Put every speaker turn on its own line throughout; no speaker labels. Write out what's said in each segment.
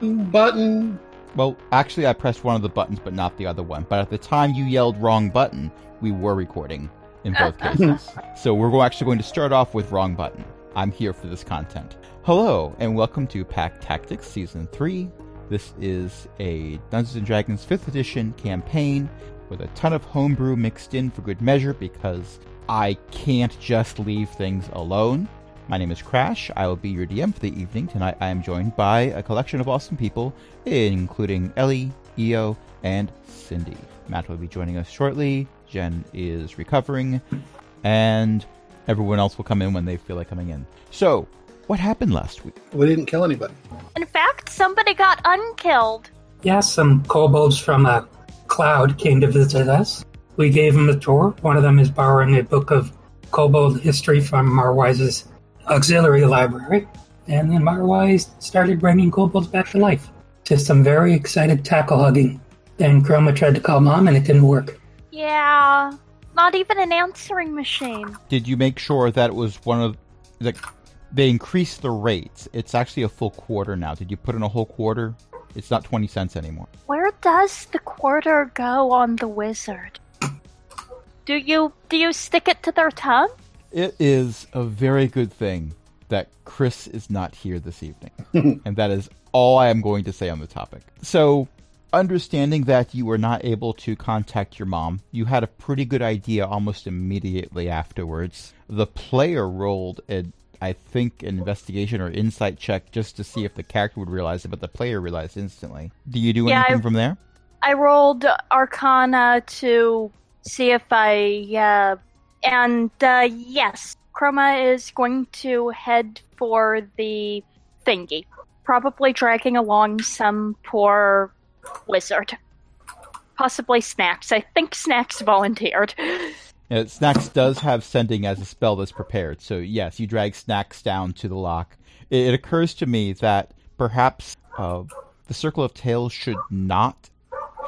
button, button.
Well, actually, I pressed one of the buttons, but not the other one. But at the time you yelled wrong button, we were recording in both cases. so we're actually going to start off with wrong button. I'm here for this content. Hello, and welcome to Pack Tactics Season 3. This is a Dungeons and Dragons 5th edition campaign with a ton of homebrew mixed in for good measure because I can't just leave things alone. My name is Crash. I will be your DM for the evening. Tonight I am joined by a collection of awesome people, including Ellie, Io, and Cindy. Matt will be joining us shortly. Jen is recovering, and everyone else will come in when they feel like coming in. So, what happened last week?
We didn't kill anybody.
In fact, somebody got unkilled.
Yeah, some kobolds from a cloud came to visit us. We gave them a tour. One of them is borrowing a book of kobold history from Marwise's auxiliary library. And then Marwise started bringing kobolds back to life to some very excited tackle hugging. Then Chroma tried to call mom and it didn't work.
Yeah, not even an answering machine.
Did you make sure that it was one of like they increased the rates? It's actually a full quarter now. Did you put in a whole quarter? It's not twenty cents anymore.
Where does the quarter go on the wizard? Do you do you stick it to their tongue?
It is a very good thing that Chris is not here this evening. and that is all I am going to say on the topic. So, understanding that you were not able to contact your mom, you had a pretty good idea almost immediately afterwards. The player rolled a I think an investigation or insight check just to see if the character would realize it, but the player realized instantly. Do you do
Yeah, I-
anything from there?
I rolled Arcana to see if I. Uh, and uh, yes, Chroma is going to head for the thingy, probably dragging along some poor wizard, possibly Snacks. I think Snacks volunteered.
Yeah, Snacks does have sending as a spell that's prepared. So, yes, you drag Snacks down to the lock. It, it occurs to me that perhaps uh, the Circle of Tales should not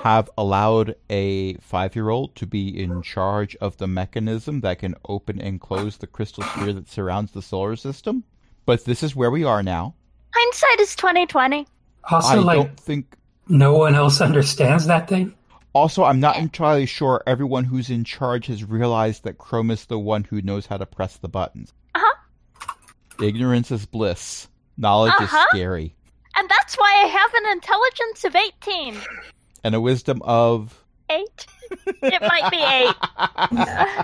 have allowed a five year old to be in charge of the mechanism that can open and close the crystal sphere that surrounds the solar system. But this is where we are now.
Hindsight is twenty twenty.
Also,
I
like,
don't think.
no one else understands that thing.
Also, I'm not entirely sure everyone who's in charge has realized that Chrome is the one who knows how to press the buttons.
Uh-huh.
Ignorance is bliss. Knowledge
Uh-huh.
is scary.
and that's why I have an intelligence of eighteen.
And a wisdom of.
Eight? it might be eight.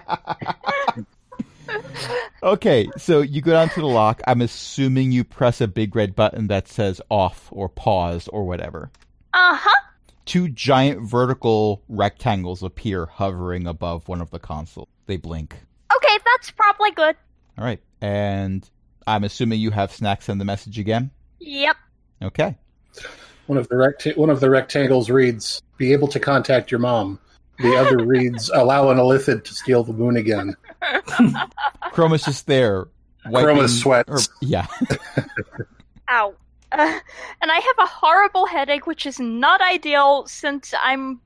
Okay, so you go down to the lock. I'm assuming you press a big red button that says off or pause or whatever.
Uh huh.
Two giant vertical rectangles appear hovering above one of the consoles. They blink.
Okay, that's probably good.
All right. And I'm assuming you have Snack send the message again?
Yep.
Okay.
One of the rect- one of the rectangles reads, "Be able to contact your mom." The other reads, "Allow an illithid to steal the moon again."
Chroma's just there.
Chroma sweats.
or- yeah.
Ow. Uh, and I have a horrible headache, which is not ideal since I'm.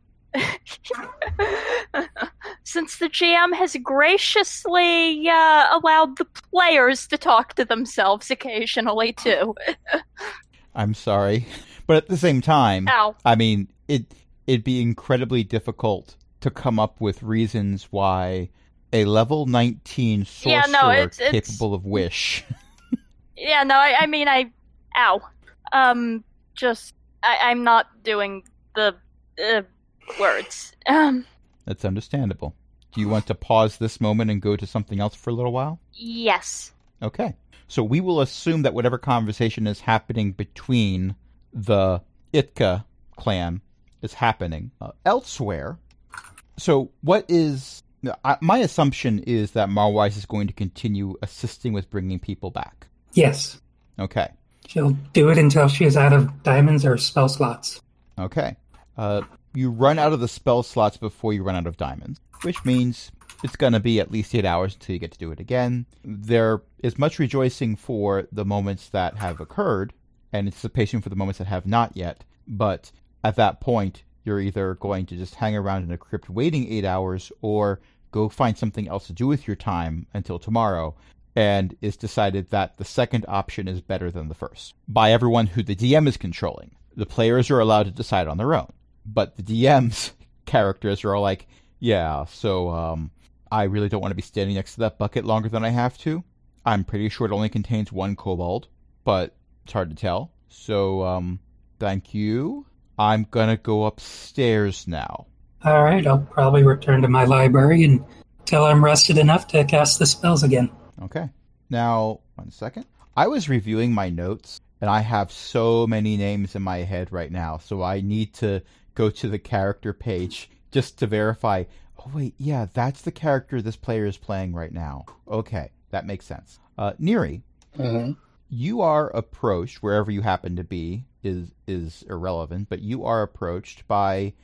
since the GM has graciously uh, allowed the players to talk to themselves occasionally, too.
I'm sorry. But at the same time,
Ow.
I mean, it it'd be incredibly difficult to come up with reasons why a level 19 sorcerer
Yeah, no, it's- it's-
capable of wish.
Yeah, no, I, I mean, I. Ow. Um, just. I, I'm not doing the uh, words. Um,
That's understandable. Do you want to pause this moment and go to something else for a little while?
yes.
Okay. So we will assume that whatever conversation is happening between the Itka clan is happening uh, elsewhere. So what is I, my assumption is that Marwise is going to continue assisting with bringing people back.
Yes,
Okay.
she'll do it until she's out of diamonds or spell slots.
Okay. Uh, you run out of the spell slots before you run out of diamonds, which means it's going to be at least eight hours until you get to do it again. There is much rejoicing for the moments that have occurred, and anticipation for the moments that have not yet. But at that point, you're either going to just hang around in a crypt waiting eight hours, or go find something else to do with your time until tomorrow. And it's decided that the second option is better than the first by everyone who the DM is controlling. The players are allowed to decide on their own, but the DM's characters are all like, "Yeah, so um, I really don't want to be standing next to that bucket longer than I have to. I'm pretty sure it only contains one kobold, but it's hard to tell. So um, thank you. I'm gonna go upstairs now."
All right, I'll probably return to my library until I'm rested enough to cast the spells again.
Okay. Now, one second. I was reviewing my notes and I have so many names in my head right now. So I need to go to the character page just to verify. Oh, wait. Yeah, that's the character this player is playing right now. Okay. That makes sense. Uh, Neri,
Mhm.
you are approached wherever you happen to be is is irrelevant, but you are approached by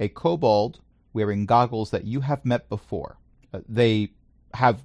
a kobold wearing goggles that you have met before. Uh, they have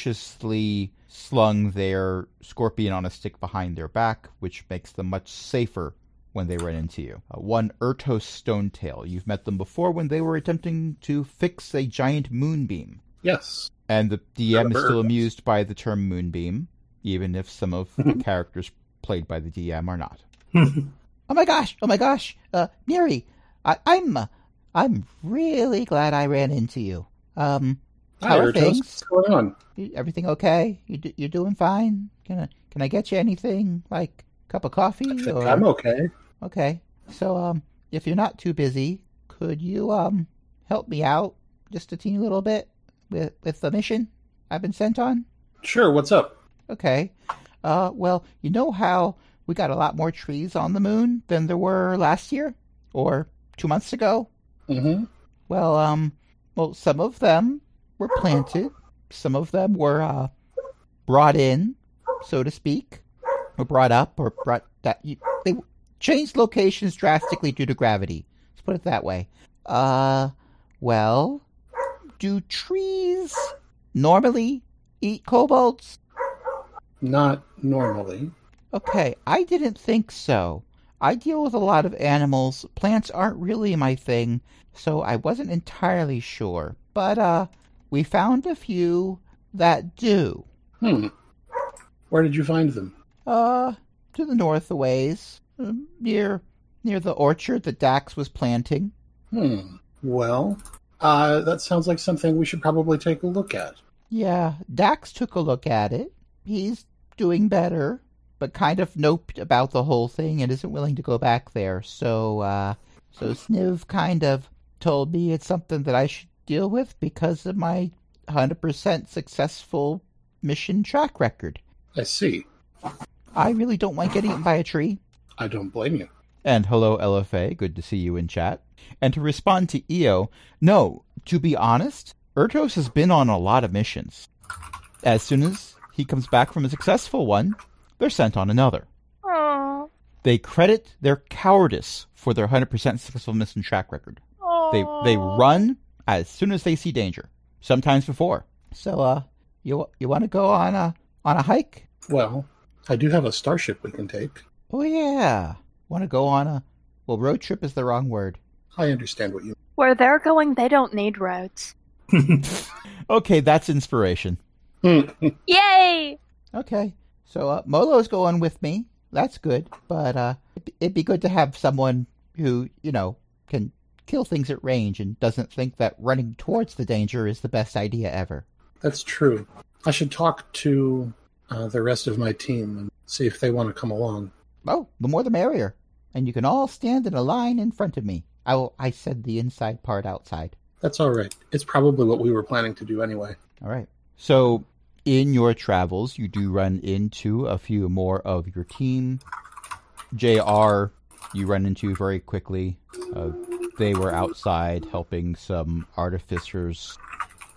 graciously slung their scorpion on a stick behind their back, which makes them much safer when they run into you. Uh, one Ertos Stonetail. You've met them before when they were attempting to fix a giant moonbeam.
Yes.
And the DM is
Remember.
still amused by the term moonbeam, even if some of the characters played by the DM are not. Oh my gosh! Oh my gosh! Uh, Neri, I, I'm, uh, I'm really glad I ran into you. Um,
Hi,
How are
Ertos.
things?
What's going on?
you- everything okay? You do, you're doing fine? Can I can I get you anything like a cup of coffee?
I think
or-
I'm okay.
Okay. So, um, if you're not too busy, could you, um, help me out just a teeny little bit with, with the mission I've been sent on?
Sure. What's up?
Okay. Uh, well, you know how we got a lot more trees on the moon than there were last year or two months ago?
Mm-hmm.
Well, um, well, some of them were planted, some of them were uh, brought in, so to speak, or brought up, or brought that you, they changed locations drastically due to gravity. Let's put it that way. Uh, well, do trees normally eat kobolds?
Not normally.
Okay, I didn't think so. I deal with a lot of animals. Plants aren't really my thing, so I wasn't entirely sure. But, uh, we found a few that do.
Hmm. Where did you find them?
Uh, to the north a ways, um, near, near the orchard that Dax was planting.
Hmm. Well, uh, that sounds like something we should probably take a look at.
Yeah, Dax took a look at it. He's doing better, but kind of noped about the whole thing and isn't willing to go back there. So, uh, so Sniv kind of told me it's something that I should deal with because of my 100% successful mission track record.
I see.
I really don't want getting eaten by a tree.
I don't blame you.
And hello, LFA. Good to see you in chat. And to respond to EO, no, to be honest, Ertos has been on a lot of missions. As soon as he comes back from a successful one, they're sent on another.
Oh,
They credit their cowardice for their 100% successful mission track record. They they run as soon as they see danger, sometimes before. So uh you you want to go on a on a hike?
Well, I do have a starship we can take.
Oh yeah. Want to go on a well road trip is the wrong word.
I understand what you.
Where they're going, they don't need roads.
Okay, that's inspiration.
Hmm.
Yay!
Okay. So uh, Molo's going with me. That's good. But uh, it'd- it'd be good to have someone who, you know, can kill things at range and doesn't think that running towards the danger is the best idea ever.
That's true. I should talk to uh, the rest of my team and see if they want to come along.
Oh, the more the merrier. And you can all stand in a line in front of me. I will, I said the inside part outside.
That's all right. It's probably what we were planning to do anyway.
All right. So, in your travels, you do run into a few more of your team. JR, you run into very quickly. Uh, they were outside helping some artificers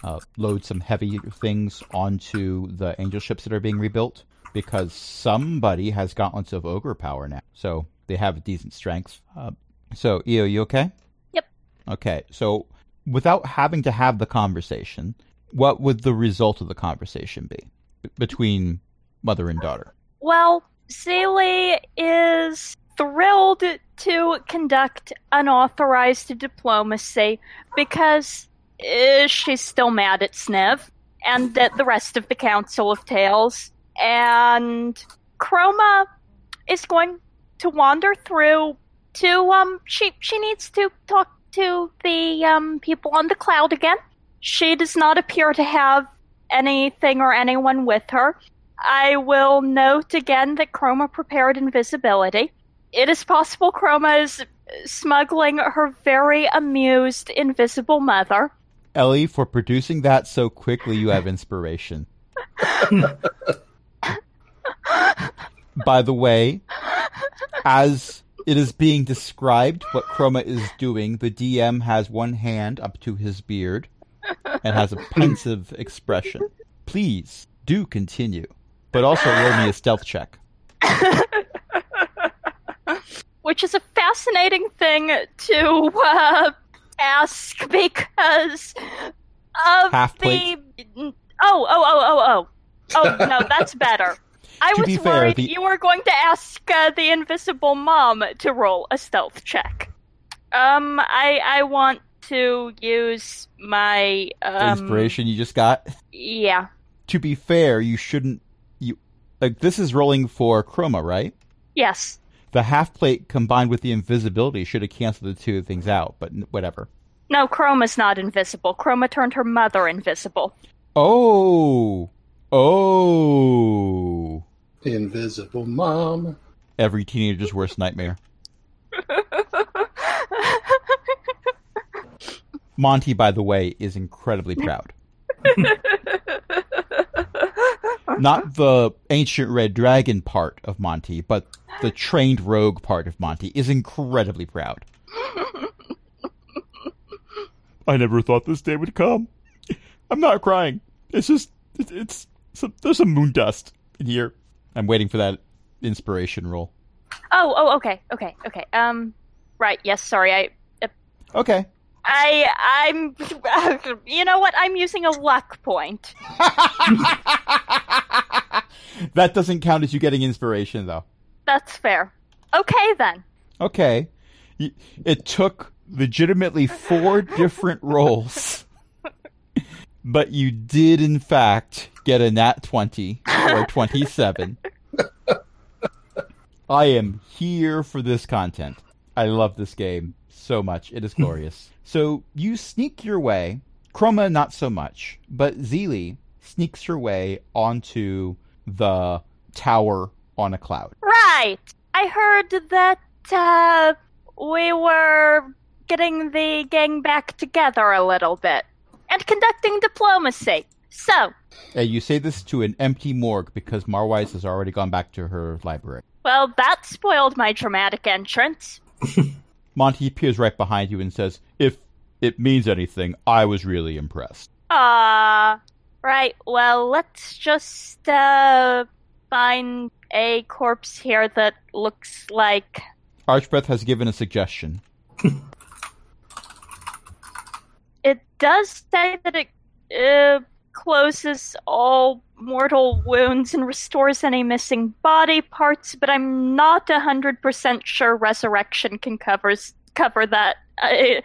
uh, load some heavy things onto the angel ships that are being rebuilt because somebody has gauntlets of ogre power now. So, they have decent strength. Uh, so, Eo, you okay?
Yep.
Okay. So, without having to have the conversation, what would the result of the conversation be b- between mother and daughter?
Well, Seeley is thrilled to conduct unauthorized diplomacy because uh, she's still mad at Sniv and at the rest of the Council of Tales. And Chroma is going to wander through to um she she needs to talk to the um people on the cloud again. She does not appear to have anything or anyone with her. I will note again that Chroma prepared invisibility. It is possible Chroma is smuggling her very amused invisible mother.
Ellie, for producing that so quickly, you have inspiration. By the way, as it is being described what Chroma is doing, the DM has one hand up to his beard and has a pensive expression. Please do continue, but also roll me a stealth check.
which is a fascinating thing to uh, ask because of
Half
the.
plate.
Oh, oh, oh, oh, oh. Oh, no, that's better. I
To
was
be fair,
worried
the-
you were going to ask uh, the invisible mom to roll a stealth check. Um, I I want to use my um,
Inspiration you just got.
Yeah,
To be fair, you shouldn't. You like this is rolling for Chroma, right?
yes.
The half plate combined with the invisibility should have canceled the two things out, but n- whatever.
No, Chroma's not invisible. Chroma turned her mother invisible.
Oh, oh!
Invisible mom.
Every teenager's worst nightmare. Monty, by the way, is incredibly proud. Not the ancient red dragon part of Monty, but the trained rogue part of Monty is incredibly proud. I never thought this day would come. I'm not crying. It's just, it, it's, it's there's some moon dust in here. I'm waiting for that inspiration roll.
Oh, oh, okay, okay, okay. Um, right. Yes, sorry. I,
Okay.
I, I'm. you know what? I'm using a luck point.
that doesn't count as you getting inspiration, though.
That's fair. Okay then.
Okay. Y- It took legitimately four different rolls, but you did, in fact, get a nat 20 or 27. I am here for this content. I love this game so much. It is glorious. so you sneak your way, Chroma not so much, but Zeely sneaks her way onto the tower on a cloud.
Right. I heard that uh, we were getting the gang back together a little bit and conducting diplomacy. So,
And you say this to an empty morgue because Marwise has already gone back to her library.
well, that spoiled my dramatic entrance.
Monty appears right behind you and says, If it means anything, I was really impressed.
Ah, right. Well, let's just uh, find a corpse here that looks like.
Archbreath has given a suggestion.
It does say that it uh, closes all mortal wounds and restores any missing body parts, but I'm not a hundred percent sure resurrection can covers cover that. I,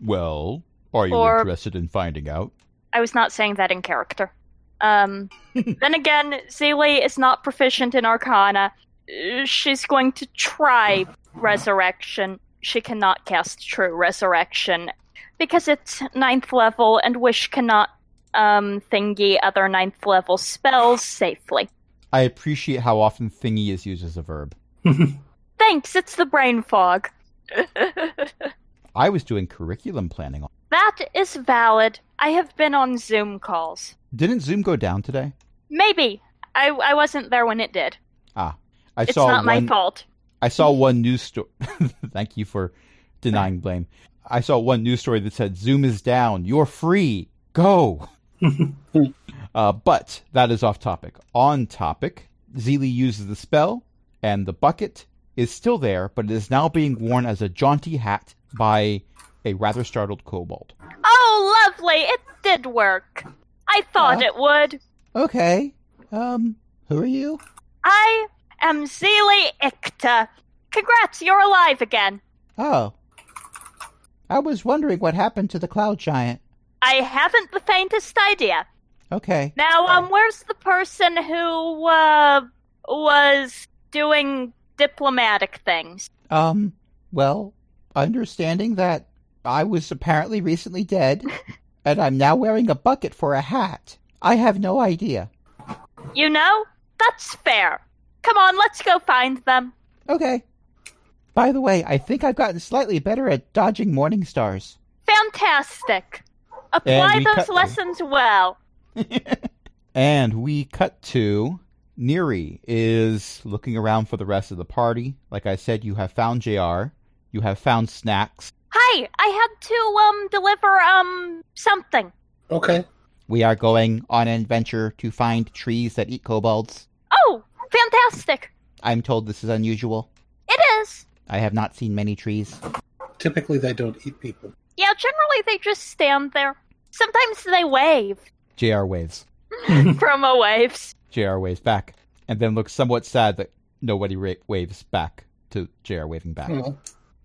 Well, are you
Or-
interested in finding out?
I was not saying that in character. Um, then again, Zelie is not proficient in Arcana. Uh, She's going to try Resurrection. She cannot cast True Resurrection because it's ninth level, and Wish cannot um, thingy other ninth level spells safely.
I appreciate how often thingy is used as a verb.
Thanks, it's the brain fog.
I was doing curriculum planning.
That is valid. I have been on Zoom calls.
Didn't Zoom go down today?
Maybe. I, I wasn't there when it did.
I
It's
saw
not
one,
my fault.
I saw one news story. Thank you for denying blame. I saw one news story that said Zoom is down. You're free. Go. uh, but that is off topic. On topic, Zeely uses the spell, and the bucket is still there, but it is now being worn as a jaunty hat by a rather startled kobold.
Oh, lovely! It did work. I thought
Aw.
it would.
Okay. Um, who are you?
I am Zelie Icta. Congrats, you're alive again.
Oh. I was wondering what happened to the cloud giant.
I haven't the faintest idea.
Okay.
Now, um, where's the person who, uh, was doing diplomatic things.
Um, well, understanding that I was apparently recently dead, and I'm now wearing a bucket for a hat, I have no idea.
You know? That's fair. Come on, let's go find them.
Okay. By the way, I think I've gotten slightly better at dodging morning stars.
Fantastic. Apply
we cut
those
them.
lessons well.
And we cut to Neri is looking around for the rest of the party. Like I said, you have found JR, you have found snacks.
Hi, I had to um deliver um something.
Okay.
We are going on an adventure to find trees that eat kobolds.
Oh, fantastic.
I'm told this is unusual.
It is.
I have not seen many trees.
Typically, they don't eat people.
Yeah, generally they just stand there. Sometimes they wave.
JR waves.
Promo waves.
JR waves back, and then looks somewhat sad that nobody ra- waves back to JR waving back.
Oh,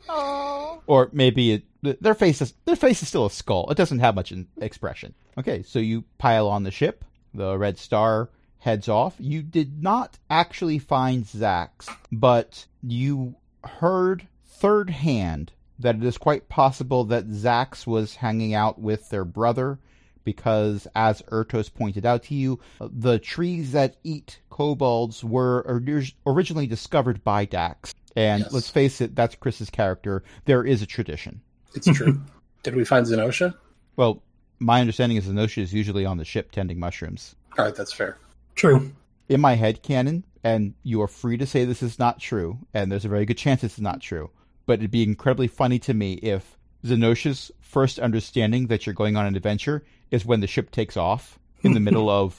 Oh.
Or maybe it, th- their face is their face is still a skull. It doesn't have much in expression. Okay, so you pile on the ship. The Red Star heads off. You did not actually find Zax, but you heard third hand that it is quite possible that Zax was hanging out with their brother because as Ertos pointed out to you, the trees that eat kobolds were orig- originally discovered by Dax. And
Yes.
let's face it, that's Chris's character. There is a tradition.
it's true. Did we find Zenosha?
Well, my understanding is Zenosha is usually on the ship tending mushrooms.
All right, that's fair.
True.
In my head canon, and you are free to say this is not true, and there's a very good chance it's not true, but it'd be incredibly funny to me if Zenosha's first understanding that you're going on an adventure is when the ship takes off in the middle of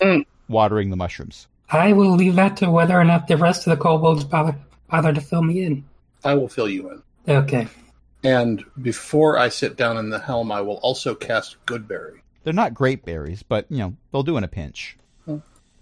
watering the mushrooms.
I will leave that to whether or not the rest of the kobolds bother bother to fill me in.
I will fill you in.
Okay.
And before I sit down in the helm, I will also cast Goodberry.
They're not great berries, but you know they'll do in a pinch.
Hmm.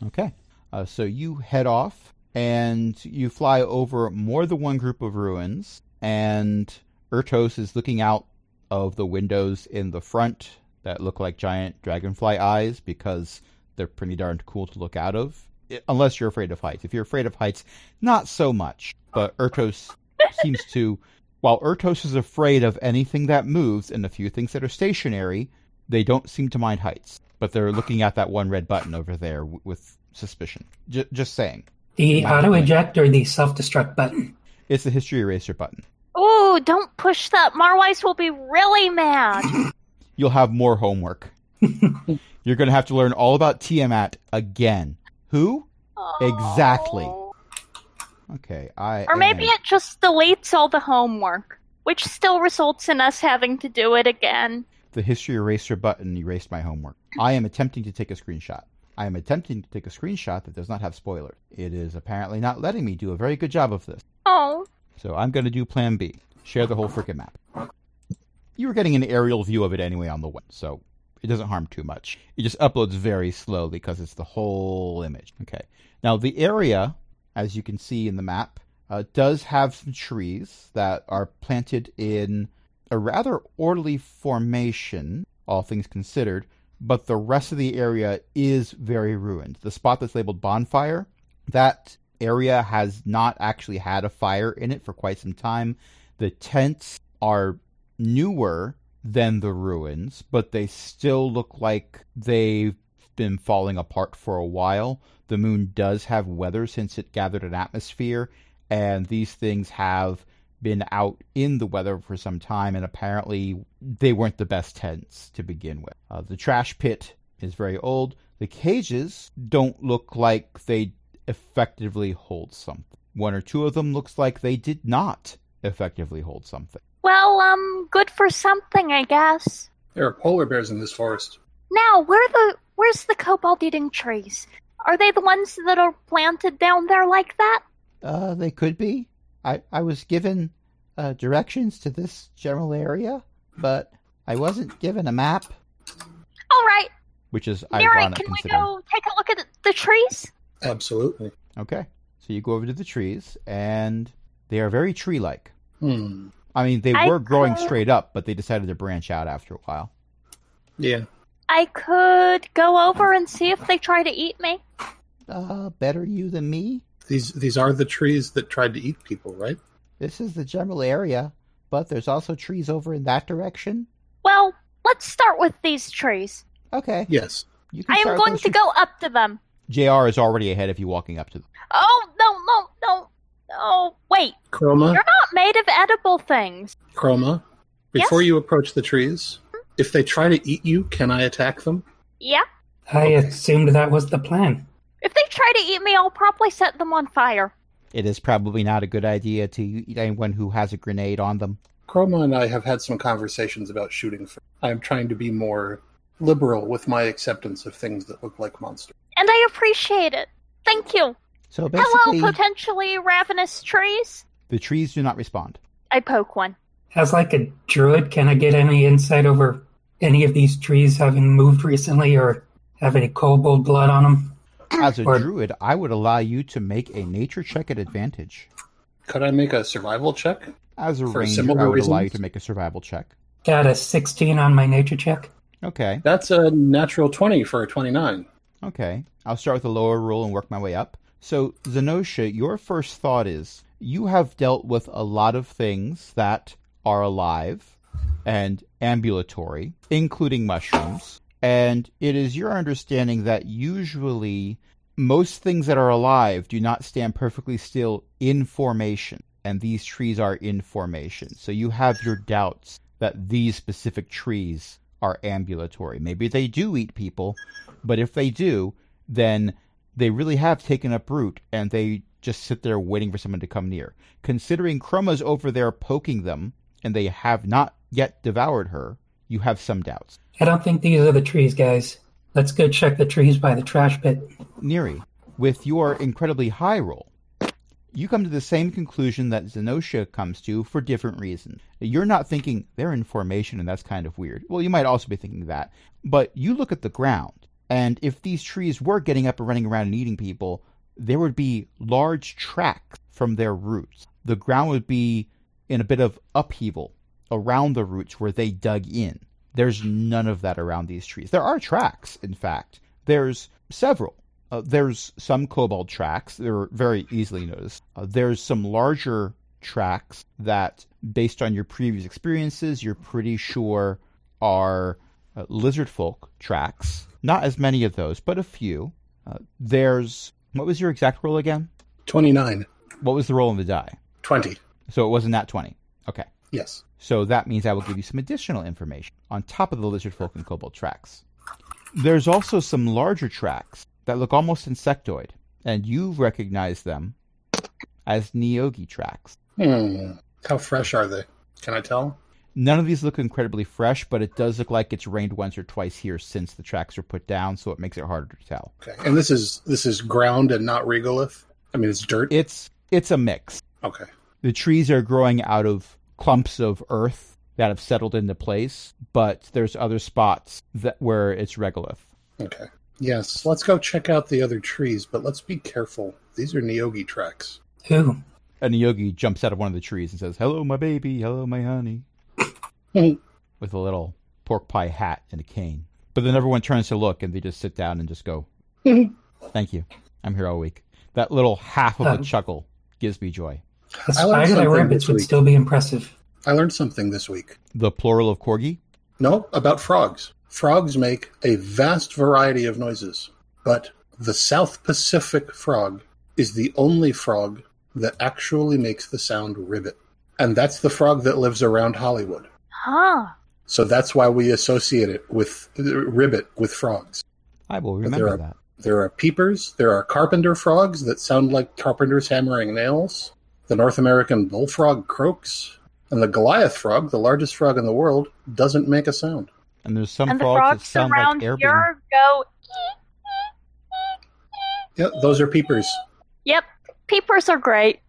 Okay, uh, so you head off and you fly over more than one group of ruins, and Ertos is looking out of the windows in the front that look like giant dragonfly eyes because they're pretty darn cool to look out of. i- Unless you're afraid of heights. If you're afraid of heights, not so much. But Ertos seems to. While Ertos is afraid of anything that moves and a few things that are stationary, they don't seem to mind heights, but they're looking at that one red button over there w- with suspicion. J- just saying.
The auto eject or the self destruct button.
It's the history eraser button.
Ooh, don't push that. Marwise will be really mad.
You'll have more homework. You're going to have to learn all about Tiamat again. Who? Exactly.
Oh.
Okay, I.
Or maybe
am-
it just deletes all the homework, which still results in us having to do it again.
the history eraser button erased my homework. I am attempting to take a screenshot. I am attempting to take a screenshot that does not have spoilers. It is apparently not letting me do a very good job of this.
Oh,
So I'm going to do plan B. Share the whole freaking map. You were getting an aerial view of it anyway on the web, so it doesn't harm too much. It just uploads very slowly because it's the whole image. Okay. Now, the area, as you can see in the map, uh, does have some trees that are planted in a rather orderly formation, all things considered, but the rest of the area is very ruined. The spot that's labeled bonfire, that area has not actually had a fire in it for quite some time. The tents are newer than the ruins, but they still look like they've been falling apart for a while. The moon does have weather since it gathered an atmosphere, and these things have been out in the weather for some time, and apparently they weren't the best tents to begin with. Uh, the trash pit is very old. The cages don't look like they effectively hold something. One or two of them looks like they did not effectively hold something.
well, um, good for something, I guess.
There are polar bears in this forest.
Now, where the where's the cobalt eating trees? Are they the ones that are planted down there like that?
Uh, they could be. I, I was given uh, directions to this general area, but I wasn't given a map,
All right,
which is
Mary,
ironic
can we
considering.
go take a look at the trees?
Absolutely.
Okay, so you go over to the trees, and they are very tree-like.
Hmm.
I mean, they
I
were growing
could-
straight up, but they decided to branch out after a while.
Yeah.
I could go over and see if they try to eat me.
Uh, better you than me.
These these are the trees that tried to eat people, right?
This is the general area, but there's also trees over in that direction.
Well, let's start with these trees.
Okay.
Yes.
You can
I am
start
going
with
to
those
go up to them.
tre- JR is already ahead of you walking up to them.
Oh, no, no, no. Oh, wait.
Chroma,
You're not made of edible things.
Chroma,
Yes?
before you approach the trees, if they try to eat you, can I attack them?
Yeah?
I assumed that was the plan.
If they try to eat me, I'll probably set them on fire.
It is probably not a good idea to eat anyone who has a grenade on them.
Chroma and I have had some conversations about shooting. fir- I'm trying to be more liberal with my acceptance of things that look like monsters.
And I appreciate it. Thank you.
So basically,
Hello, potentially ravenous trees.
the trees do not respond.
I poke one.
As like a druid, can I get any insight over any of these trees having moved recently or have any kobold blood on them?
As a
Or-
druid, I would allow you to make a nature check at advantage.
Could I make a survival check?
As a
For
ranger,
similar
I would allow you
reasons?
to make a survival check.
Got a 16 on my nature check.
Okay,
That's a natural 20 for a 29.
okay. I'll start with the lower rule and work my way up. So, Zenosha, your first thought is you have dealt with a lot of things that are alive and ambulatory, including mushrooms. And it is your understanding that usually most things that are alive do not stand perfectly still in formation, and these trees are in formation. So you have your doubts that these specific trees are ambulatory. Maybe they do eat people, but if they do, then they really have taken up root and they just sit there waiting for someone to come near. Considering Chroma's over there poking them and they have not yet devoured her, you have some doubts.
I don't think these are the trees, guys. Let's go check the trees by the trash pit.
Neri, with your incredibly high roll, you come to the same conclusion that Zenosha comes to for different reasons. You're not thinking they're in formation and that's kind of weird. Well, you might also be thinking that, but you look at the ground, and if these trees were getting up and running around and eating people, there would be large tracks from their roots. The ground would be in a bit of upheaval around the roots where they dug in. There's none of that around these trees. There are tracks, in fact. There's several. Uh, there's some kobold tracks. They're very easily noticed. Uh, there's some larger tracks that, based on your previous experiences, you're pretty sure are uh, lizard folk tracks. Not as many of those, but a few. Uh, there's. What was your exact roll again?
29.
What was the roll on the die?
20.
So it wasn't that 20. Okay.
Yes.
So that means I will give you some additional information on top of the lizard folk and kobold tracks. There's also some larger tracks that look almost insectoid, and you recognize them as Neogi tracks.
Hmm. How fresh are they? Can I tell?
None of these look incredibly fresh, but it does look like it's rained once or twice here since the tracks were put down, so it makes it harder to tell.
Okay. And this is this is ground and not regolith. I mean, it's dirt.
It's it's a mix.
Okay.
The trees are growing out of clumps of earth that have settled into place, but there's other spots that where it's regolith.
Okay. Yes. Let's go check out the other trees, but let's be careful. These are Neogi tracks.
Who?
And the yogi jumps out of one of the trees and says, Hello, my baby. Hello, my honey.
Hmm.
With a little pork pie hat and a cane. But then everyone turns to look and they just sit down and just go, Thank you. I'm here all week. That little half of a
Oh.
chuckle gives me joy.
The
I learned
spider that
something
rabbits
this
would
week.
still be impressive.
I learned something this week.
The plural of corgi?
No, about frogs. Frogs make a vast variety of noises, but the South Pacific frog is the only frog that actually makes the sound ribbit. And that's the frog that lives around Hollywood.
Huh.
So that's why we associate it with uh, ribbit with frogs.
I will
But there
remember
are-
that.
There are peepers, there are carpenter frogs that sound like carpenters hammering nails, the North American bullfrog croaks, and the Goliath frog, the largest frog in the world, doesn't make a sound.
And there's some
and the
frogs that
frogs
sound like
around
air balloons.
here go.
Yeah, those are peepers.
Yep. Peepers are great.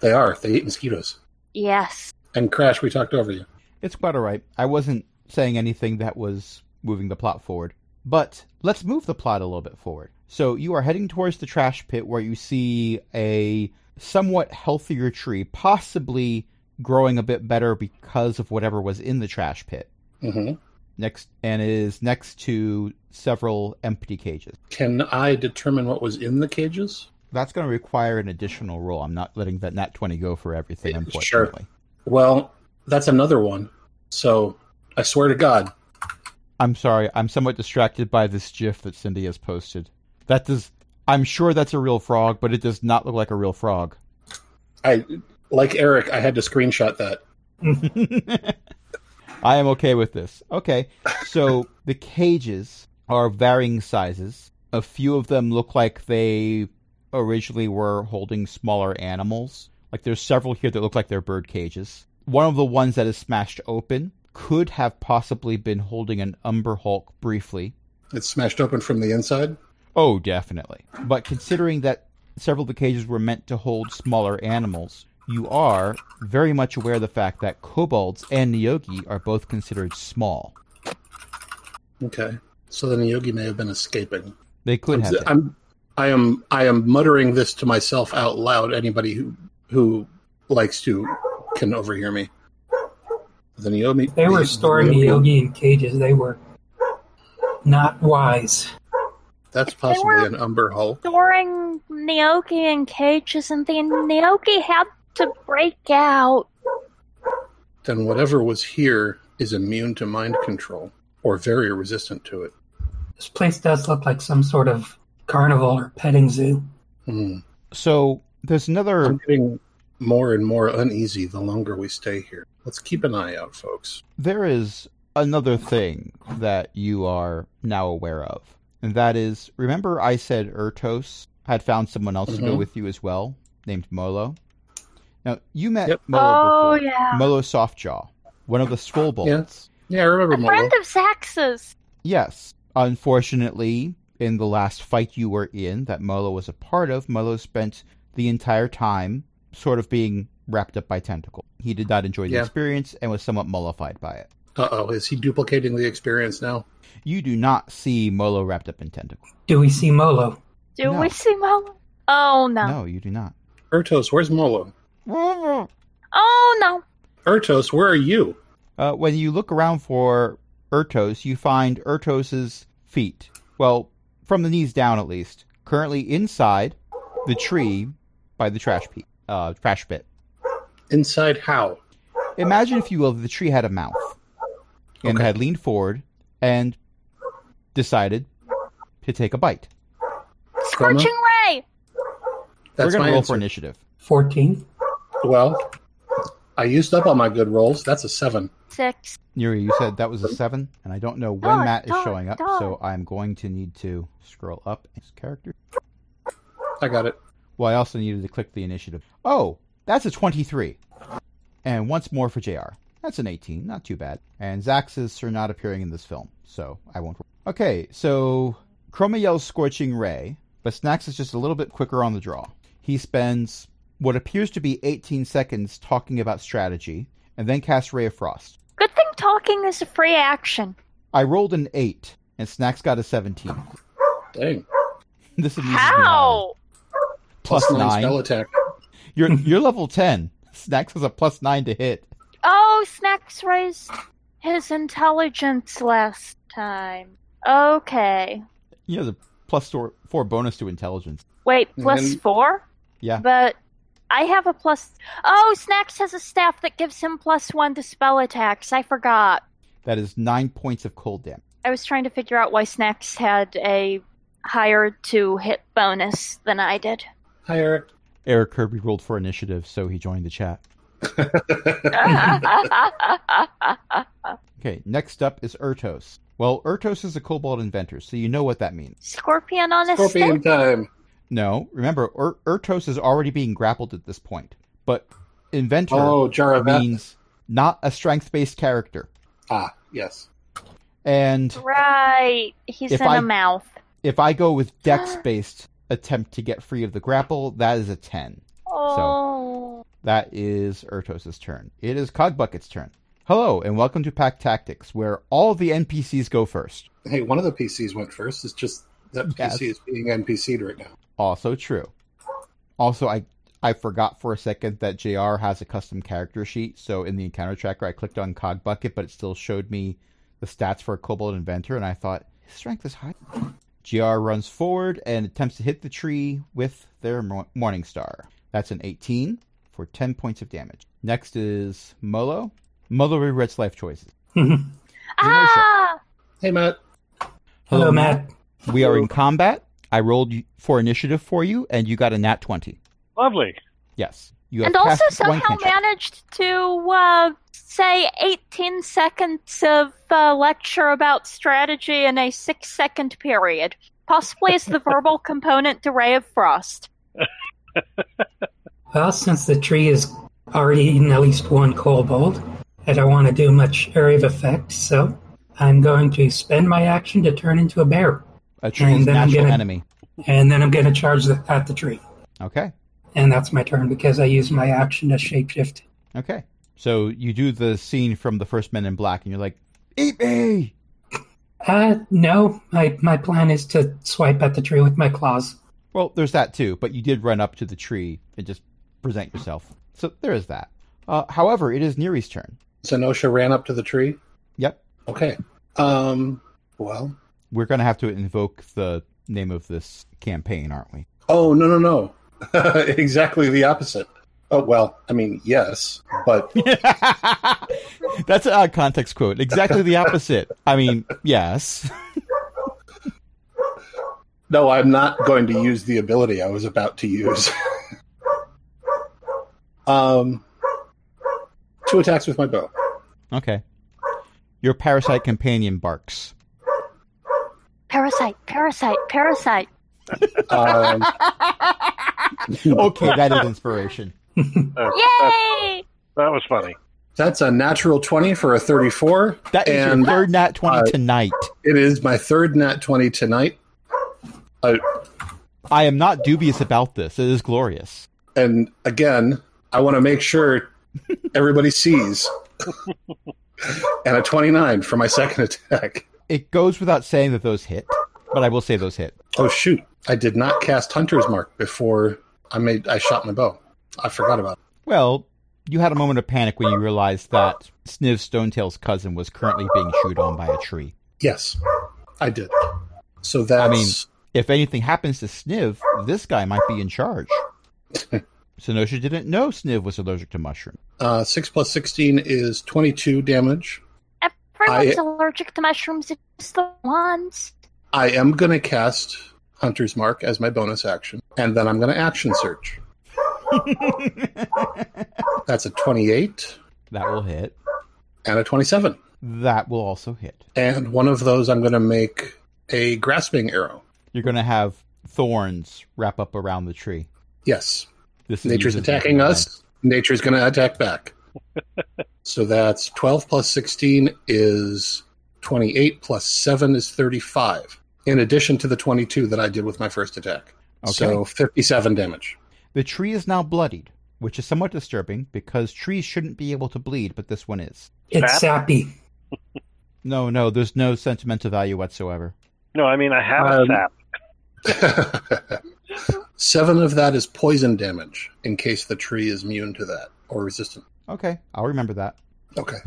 They are. They eat mosquitoes.
Yes.
And Crash, we talked over you.
It's quite all right. I wasn't saying anything that was moving the plot forward. But let's move the plot a little bit forward. So you are heading towards the trash pit where you see a somewhat healthier tree, possibly growing a bit better because of whatever was in the trash pit.
hmm
Next and it is next to several empty cages.
Can I determine what was in the cages?
That's going to require an additional roll. I'm not letting that nat 20 go for everything,
Sure.
unfortunately.
Well, that's another one. So I swear to God,
I'm sorry. I'm somewhat distracted by this GIF that Cindy has posted. That does. I'm sure that's a real frog, but it does not look like a real frog.
I like Eric. I had to screenshot that.
I am okay with this. Okay, so the cages are varying sizes. A few of them look like they originally were holding smaller animals. Like there's several here that look like they're bird cages. One of the ones that is smashed open could have possibly been holding an Umber Hulk briefly.
It's smashed open from the inside.
Oh, definitely. But considering that several of the cages were meant to hold smaller animals, you are very much aware of the fact that kobolds and Nyogi are both considered small.
Okay. So then Yogi may have been escaping.
They could have.
I'm,
been.
I'm I am I am muttering this to myself out loud. Anybody who who likes to can overhear me. The Naomi
They were storing the yogi in cages. They were not wise.
That's
were-
possibly an Umber Hulk.
Storing Naoki in cages, and then Naoki had to break out.
Then whatever was here is immune to mind control or very resistant to it.
This place does look like some sort of carnival or petting zoo.
Hmm.
So there's another.
I'm getting more and more uneasy the longer we stay here. Let's keep an eye out, folks.
There is another thing that you are now aware of, and that is remember I said Ertos had found someone else to go
Mhm.
with you as well, named Molo. Now you met
Yep.
Molo
oh,
before.
yeah.
Molo Softjaw, one of the Swobolds.
Yeah, I remember
A
Molo.
friend of Sax's.
Yes. Unfortunately, in the last fight you were in that Molo was a part of, Molo spent the entire time sort of being wrapped up by tentacle. He did not enjoy the
Yeah.
experience and was somewhat mollified by it.
Uh oh, is he duplicating the experience now?
You do not see Molo wrapped up in tentacle.
Do we see Molo?
Do
No.
we see Molo? Oh, no.
No, you do not.
Ertos, where's Molo?
Oh, no.
Ertos, where are you?
Uh, when you look around for Ertos, you find Ertos's feet. Well, from the knees down, at least. Currently inside the tree by the trash pe- uh, trash pit.
Inside how?
Imagine, if you will, that the tree had a mouth and
Okay.
had leaned forward and decided to take a bite.
Scorching Ray!
That's
We're
my
to roll
answer.
for initiative.
14?
Well, I used up all my good rolls. That's a seven.
Six.
Yuri, you said that was a seven, and I don't know when
Dog,
Matt is
dog,
showing up,
dog.
so I'm going to need to scroll up his character.
I got it.
Well, I also needed to click the initiative. Oh, that's a 23. And once more for JR. That's an 18, not too bad. And Zax's are not appearing in this film, so I won't. Okay, so Chroma yells Scorching Ray, but Snax is just a little bit quicker on the draw. He spends what appears to be 18 seconds talking about strategy, and then casts Ray of Frost.
Good thing talking is a free action.
I rolled an 8, and Snax got a 17.
Dang.
this is
How?
Plus
nine
9.
spell attack.
You're, you're level 10. Snax has a plus 9 to hit.
Oh, Snacks raised his intelligence last time. Okay.
Yeah, the plus four, four bonus to intelligence.
Wait, plus
And-
four?
Yeah.
But I have a plus. Oh, Snacks has a staff that gives him plus one to spell attacks. I forgot.
That is nine points of cold damage.
I was trying to figure out why Snacks had a higher to hit bonus than I did.
Hi, Eric.
Eric Kirby rolled for initiative, so he joined the chat. Okay, next up is Ertos. Well, Ertos is a kobold inventor, so you know what that means.
Scorpion on a
Scorpion
stick?
time.
No, remember, er- Ertos is already being grappled at this point, but inventor
Oh, Jaravet.
means not a strength based character.
Ah, yes.
And
Right. He's
If
in a
I-
mouth.
if I go with dex based attempt to get free of the grapple, that is a 10.
Oh.
That is Ertos' turn. It is Cogbucket's turn. Hello, and welcome to Pack Tactics, where all the NPCs go first.
Hey, one of the PCs went first. It's just that
Yes.
PC is being NPC'd right now.
Also true. Also, I I forgot for a second that JR has a custom character sheet, so in the encounter tracker I clicked on Cogbucket, but it still showed me the stats for a Cobalt Inventor, and I thought, his strength is high. GR runs forward and attempts to hit the tree with their Mo- Morning Star. That's an 18 for 10 points of damage. Next is Molo. Molo regrets life choices.
Ah!
Hey, Matt. Oh,
Hello, Matt.
We are in combat. I rolled y- for initiative for you, and you got a nat 20.
Lovely.
Yes. You have
And also
cast one
somehow
cantrip.
managed to uh, say 18 seconds of uh, lecture about strategy in a six second period. Possibly as the verbal component to Ray of Frost.
Well, since the tree has already eaten at least one kobold, I don't want to do much area of effect, so I'm going to spend my action to turn into a bear.
A tree's
then I'm
natural
gonna-
enemy.
And then I'm going to charge the, at the tree.
Okay.
And that's my turn because I used my action to shapeshift.
Okay. So you do the scene from the first Men in Black, and you're like, "Eat me!"
Uh, no, my, my plan is to swipe at the tree with my claws.
Well, there's that too, but you did run up to the tree and just present yourself. So there is that. Uh, however, it is Neri's turn.
Zenosha ran up to the tree.
Yep.
Okay. Um. Well.
We're going to have to invoke the name of this campaign, aren't we?
Oh no no no. exactly the opposite. Oh well. I mean yes, but
That's an odd context quote. Exactly the opposite. I mean, yes.
no. I'm not going to use the ability I was about to use. um. Two attacks with my bow.
Okay. Your parasite companion barks.
Parasite, parasite, parasite.
Um,
Okay, that is inspiration.
Uh, that,
Yay!
that was funny.
that's a natural twenty for a thirty-four.
That is
And-
your third nat 20
uh,
tonight.
It is my third nat twenty tonight. I,
I am not dubious about this. It is glorious.
and again, I want to make sure everybody sees. and a 29 for my second attack.
It goes without saying that those hit, but I will say those hit.
Oh shoot, I did not cast Hunter's Mark before I made I shot my bow. I forgot about it.
Well, you had a moment of panic when you realized that Sniv Stonetail's cousin was currently being chewed on by a tree.
Yes, I did. So that's
mean- If anything happens to Sniv, this guy might be in charge. Sinosha didn't know Sniv was allergic to mushrooms.
uh, 6 plus 16 is 22 damage.
Uh,
Everyone's
I-
allergic to mushrooms, it's just the ones.
I am going to cast Hunter's Mark as my bonus action, and then I'm going to action search. That's a 28
That will hit.
and a 27.
That will also hit.
and one of those I'm going to make a grasping arrow.
You're going to have thorns wrap up around the tree.
Yes,
This is
nature's
using-
attacking us. Nature's going to attack back. so that's 12 plus 16 is 28 plus 7 is 35. In addition to the 22 that I did with my first attack.
Okay.
So 57 damage.
The tree is now bloodied, which is somewhat disturbing because trees shouldn't be able to bleed, but this one is.
It's sappy.
No, no, there's no sentimental value whatsoever.
No, I mean I have a
Um,
sap.
7 of that is poison damage in case the tree is immune to that or resistant.
Okay, I'll remember that.
Okay.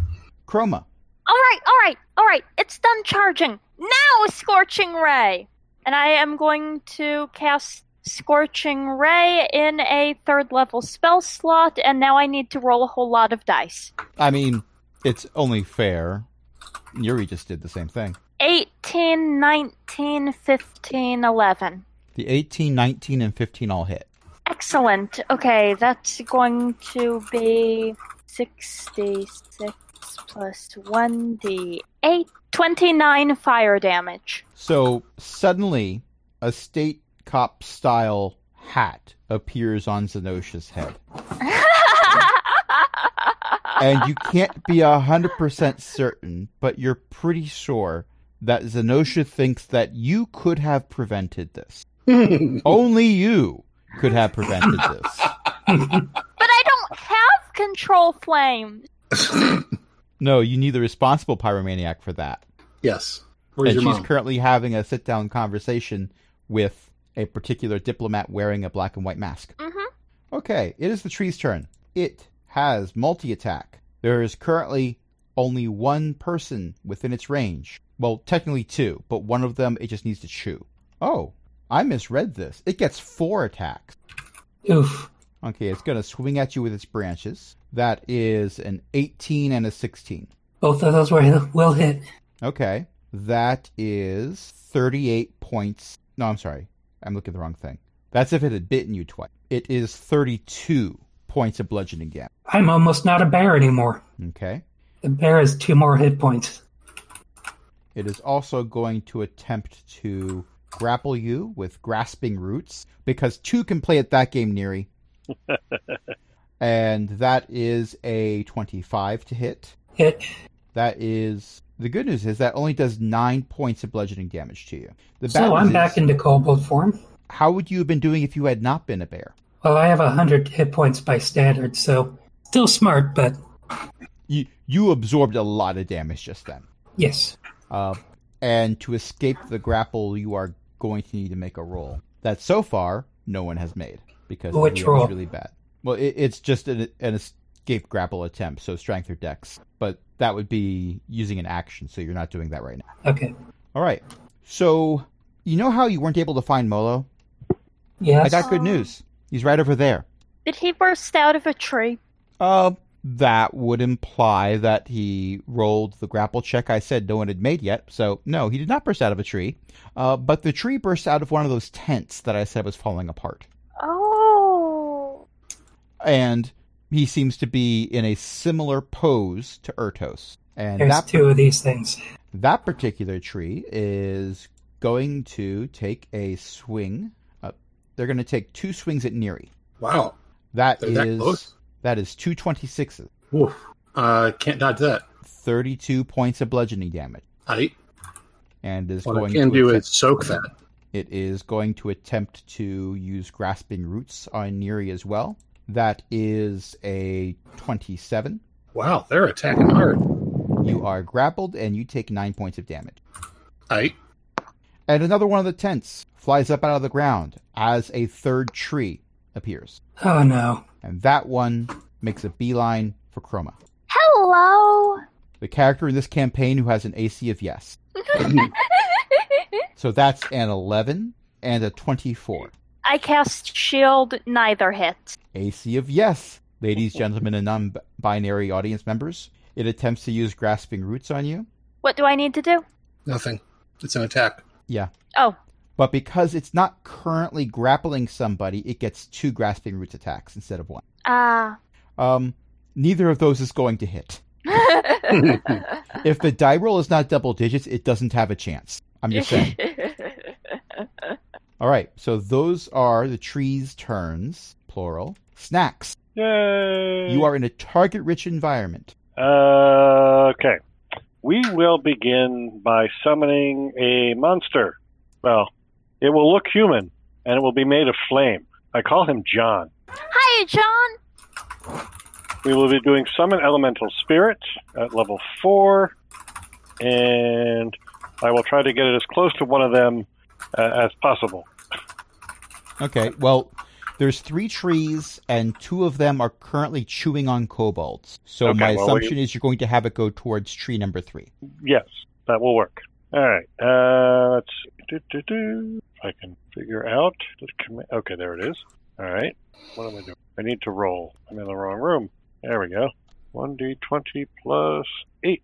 Chroma.
All right, all right, all right. It's done charging. Now, Scorching Ray! And I am going to cast Scorching Ray in a third level spell slot, and now I need to roll a whole lot of dice.
I mean, it's only fair. Yuri just did the same thing.
18, 19, 15, 11.
The 18, 19, and 15 all hit.
Excellent. Okay, that's going to be 66 plus 1d8. 29 fire damage.
So suddenly, a state cop style hat appears on Zenosha's head. And you can't be 100% certain, but you're pretty sure that Zenosha thinks that you could have prevented this. Only you could have prevented this.
But I don't have control flames.
No, you need the responsible pyromaniac for that.
yes. Where's
and
your
she's
mom?
currently having a sit down conversation with a particular diplomat wearing a black and white mask.
Mm-hmm.
Okay, it is the tree's turn. It has multi attack. There is currently only one person within its range. Well, technically two, but one of them it just needs to chew. Oh, I misread this. It gets four attacks.
Oof.
Okay, it's going to swing at you with its branches. That is an 18 and a 16.
Both of those were will hit.
Okay, that is 38 points. No, I'm sorry. I'm looking at the wrong thing. That's if it had bitten you twice. It is 32 points of bludgeoning damage.
I'm almost not a bear anymore.
Okay.
The bear has two more hit points.
It is also going to attempt to grapple you with grasping roots because two can play at that game, Neri. and that is a 25 to hit.
Hit.
That is the good news is that only does nine points of bludgeoning damage to you. The bad
So I'm
news
back
is,
into kobold form.
how would you have been doing if you had not been a bear?
Well, I have 100 hit points by standard, so still smart, but
You you absorbed a lot of damage just then.
yes.
Uh, and to escape the grapple, you are going to need to make a roll that so far no one has made because the
Which
DM is
roll?
really bad. Well, it, it's just an, an escape grapple attempt, so strength or dex, but that would be using an action, so you're not doing that right now.
Okay.
All right. So you know how you weren't able to find Molo?
Yes.
I got good news. He's right over there.
Did he burst out of a tree?
Uh, that would imply that he rolled the grapple check I said no one had made yet. So, no, he did not burst out of a tree. Uh, but the tree burst out of one of those tents that I said was falling apart.
Oh.
And he seems to be in a similar pose to Ertos. And
There's
that,
two of these things.
that particular tree is going to take a swing. Uh, they're going to take two swings at Neri.
Wow.
That
They're that
is,
close?
that is two 26s,
Oof. Uh, can't dodge that.
32 points of bludgeoning damage.
I
and is
what I
going
can
to
do
attempt-
is soak that.
it is going to attempt to use grasping roots on Neri as well. That is a 27.
Wow, they're attacking hard.
You are grappled and you take 9 points of damage.
I
And another one of the tents flies up out of the ground as a third tree appears.
Oh no.
And that one makes a beeline for Chroma,
Hello.
the character in this campaign who has an AC of yes. So that's an 11 and a 24.
I cast shield, neither hit.
AC of yes, ladies, gentlemen, and non binary audience members. It attempts to use grasping roots on you,
What do I need to do?
nothing. It's an attack.
Oh,
but because it's not currently grappling somebody, it gets two grasping roots attacks instead of one.
ah.
Um, neither of those is going to hit. If the die roll is not double digits, it doesn't have a chance. I'm just saying. All right, so those are the tree's turns, plural. Snacks.
Yay!
You are in a target rich environment.
Uh, okay. We will begin by summoning a monster. Well, it will look human, and it will be made of flame. I call him John.
Hi, John.
We will be doing Summon Elemental Spirit at level 4, and I will try to get it as close to one of them uh, as possible.
Okay, well, there's three trees, and two of them are currently chewing on kobolds. So
Okay,
my
well,
assumption is you're going to have it go towards tree number three.
Yes, that will work. All right. Uh, let's see. Do, do, do. If I can figure out. the comm- Okay, there it is. All right. What am I doing? I need to roll. I'm in the wrong room. There we go. 1d20 plus 8.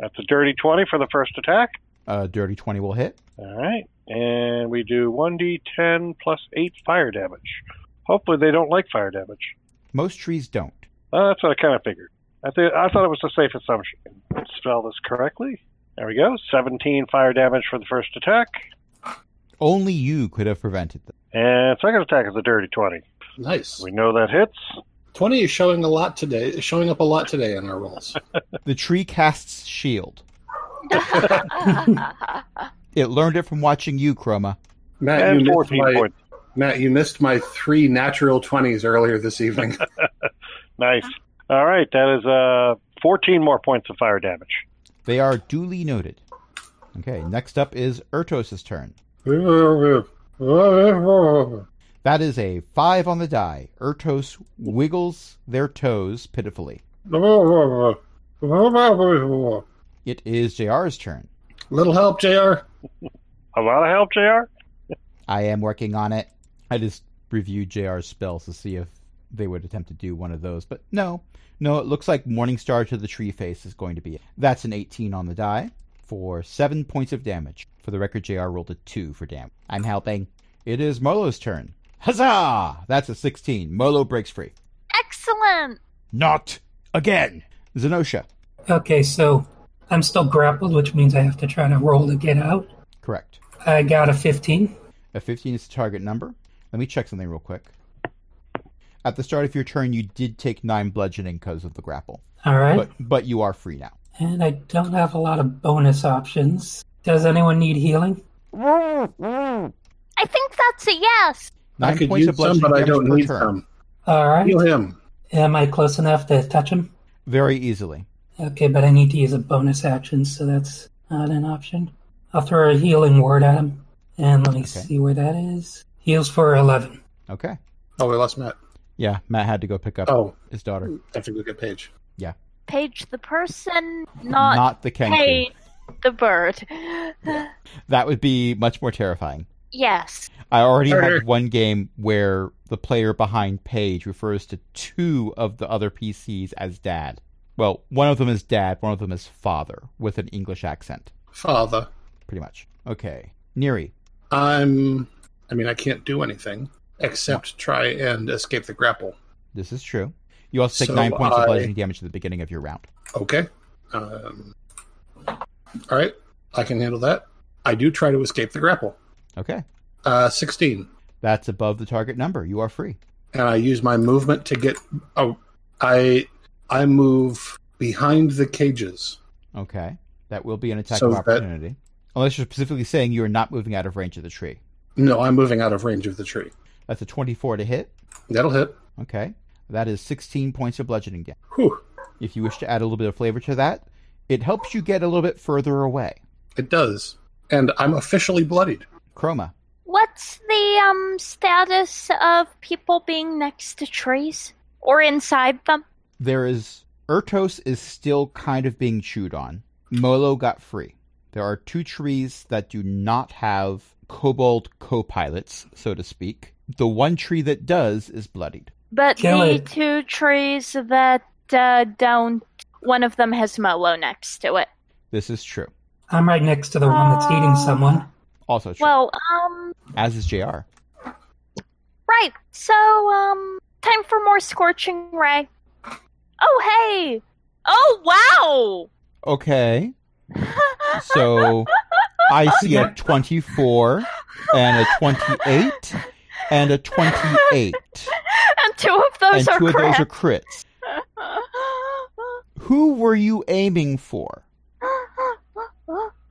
That's a dirty 20 for the first attack.
Uh, dirty 20 will hit.
All right. And we do 1d10 plus 8 fire damage. Hopefully, they don't like fire damage.
Most trees don't.
Uh, that's what I kind of figured. I, th- I thought it was a safe assumption. Let's spell this correctly. There we go. 17 fire damage for the first attack.
Only you could have prevented them.
And second attack is a dirty 20.
Nice.
We know that hits.
Twenty is showing a lot today. Is showing up a lot today in our rolls.
The tree casts shield. It learned it from watching you, Chroma.
Matt,
And
you missed
14
my
points.
Matt, you missed my three natural twenties earlier this evening.
Nice. All right. That is uh, 14 more points of fire damage.
They are duly noted. Okay, next up is Ertos' turn. That is a five on the die. Ertos wiggles their toes pitifully.
Little
It is JR's turn.
help, Jr.
A lot of help, JR?
I am working on it. I just reviewed JR's spells to see if they would attempt to do one of those, but no. No, it looks like Morningstar to the tree face is going to be it. That's an 18 on the die for 7 points of damage. For the record, JR rolled a 2 for damage. I'm helping. It is Molo's turn. Huzzah! That's a 16. Molo breaks free.
Excellent.
Not again! Zenosha.
Okay, so I'm still grappled, which means I have to try to roll to get out.
Correct.
I got a 15.
A 15 is the target number. Let me check something real quick. At the start of your turn, you did take 9 bludgeoning because of the grapple.
All right.
But, but you are free now.
And I don't have a lot of bonus options. Does anyone need healing?
I think that's a yes.
I
Nine
could
points
use
of
some,
bludgeoning
but I
damage
don't
per
need
turn.
some.
All right.
Heal him.
Am I close enough to touch him?
Very easily.
Okay, but I need to use a bonus action, so that's not an option. I'll throw a healing word at him, and let me see where that is. Heals for 11.
Okay.
Oh, we lost Matt.
Yeah, Matt had to go pick up
Oh,
his daughter.
I think we get Paige.
Page the person, not,
the kangaroo.
page the bird.
That would be much more terrifying.
yes.
I already
Murder.
have one game where the player behind Paige refers to two of the other PCs as dad. Well, one of them is dad, one of them is father, with an English accent,
Father,
pretty much. Okay. Neri.
I'm. I mean, I can't do anything except try and escape the grapple.
This is true. You also take
So
nine points
I-
of bludgeoning damage at the beginning of your round.
Okay. Um, all right. I can handle that. I do try to escape the grapple.
Okay.
Uh, 16.
That's above the target number. You are free.
and I use my movement to get. Oh, I I move behind the cages.
Okay. That will be an attack
So
of
that-
opportunity. Unless you're specifically saying you are not moving out of range of the tree.
No, I'm moving out of range of the tree.
That's a 24 to hit.
That'll hit.
Okay. That is 16 points of bludgeoning damage.
Whew!
If you wish to add a little bit of flavor to that, it helps you get a little bit further away.
It does, and I'm officially bloodied.
Chroma.
What's the um status of people being next to trees or inside them?
There is. Ertos is still kind of being chewed on. Molo got free. There are two trees that do not have kobold co pilots, so to speak. The one tree that does is bloodied.
But
Kill
the
it.
two trees that uh, don't, one of them has Molo next to it.
This is true.
I'm right next to the one that's eating someone.
Also true.
Well, um,
as is JR.
right. So, um, time for more scorching ray. Oh hey! Oh
Okay.
wow!
So I see a 24 and a 28 and a 28.
and two of
and
those are
two of those are
crap.
crits. Who were you aiming for?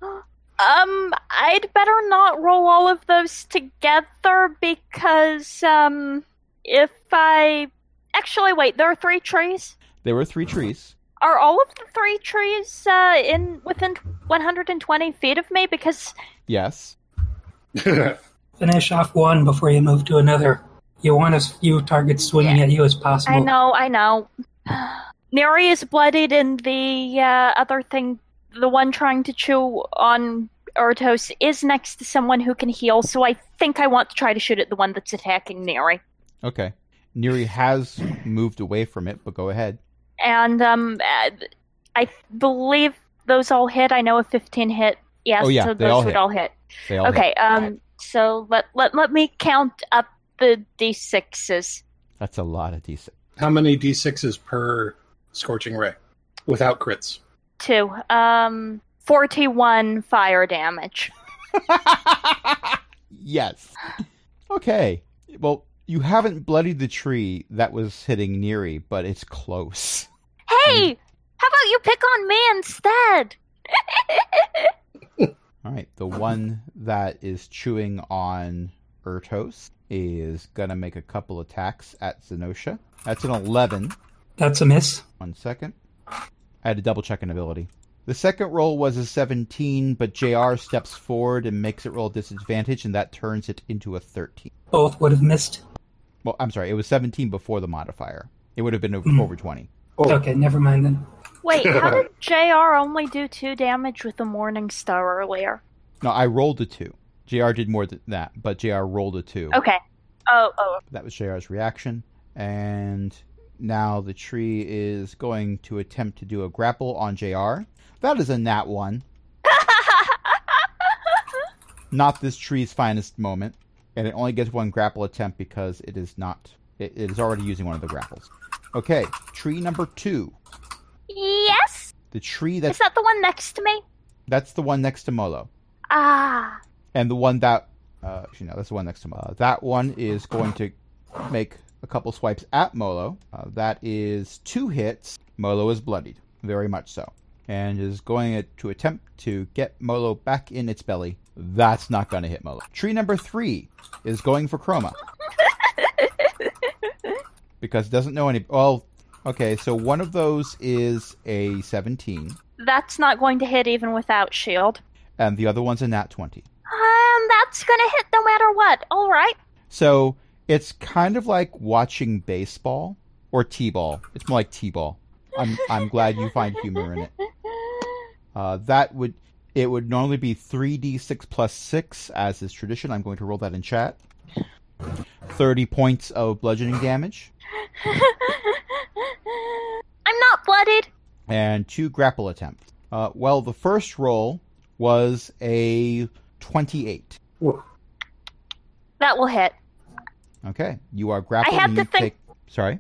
um, I'd better not roll all of those together because, um, if I. Actually, wait, there are three trees?
There were
Uh-huh.
three trees.
Are all of the three trees uh, in within 120 feet of me? Because
Yes.
Finish off one before you move to another. You want as few targets swinging at you as possible.
I know, I know. Neri is bloodied, and the uh, other thing, the one trying to chew on Ertos, is next to someone who can heal, so I think I want to try to shoot at the one that's attacking Neri.
Okay. Neri has moved away from it, but go ahead.
And um, uh, I believe those all hit. I know a 15 hit. Yes,
Oh, yeah,
so
they
those
all
would
hit.
all hit.
They all hit.
okay, um, so let, let, let me count up the d6s.
That's a lot of decent.
How many d6s per scorching ray without crits?
Two. Um, 41 fire damage.
yes. Okay. Well, you haven't bloodied the tree that was hitting Neri, but it's close. Hmm.
Hey, how about you pick on me instead?
All right, the one that is chewing on Ertos is gonna make a couple attacks at Zenosha. That's an 11.
That's a miss.
One second. I had to double check an ability. The second roll was a 17, but JR steps forward and makes it roll disadvantage, and that turns it into a 13.
Both would have missed.
Well, I'm sorry, it was 17 before the modifier. It would have been over over 20.
Oh,
Okay, never mind then.
Wait, how did JR only do two damage with the Morning Star earlier?
No, I rolled a 2. JR did more than that, but JR rolled a two.
Okay. Oh, oh,
That was JR's reaction. And now the tree is going to attempt to do a grapple on JR. That is a nat one. Not this tree's finest moment. And it only gets one grapple attempt because it is not. It, it is already using one of the grapples. Okay, tree number two.
yes.
The tree
Is
that's
that the one next to me?
that's the one next to Molo.
Ah,
and the one that uh, actually no, that's the one next to Molo. Uh, that one is going to make a couple swipes at Molo. Uh, that is two hits. Molo is bloodied, very much so, and is going to attempt to get Molo back in its belly. That's not going to hit Molo. Tree number three is going for Chroma because it doesn't know any. Well, okay, so one of those is a seventeen,
that's not going to hit even without shield.
and the other one's a nat twenty.
Um, that's gonna hit no matter what. All right.
So it's kind of like watching baseball or t-ball. It's more like t-ball. I'm I'm glad you find humor in it. Uh, that would it would normally be three d six plus six as is tradition. I'm going to roll that in chat. Thirty points of bludgeoning damage
I'm not blooded.
and two grapple attempts. Uh, well, the first roll was a twenty-eight.
Whoa.
That will hit.
Okay, you are grappled.
I had
and
to
you
think-
take- Sorry.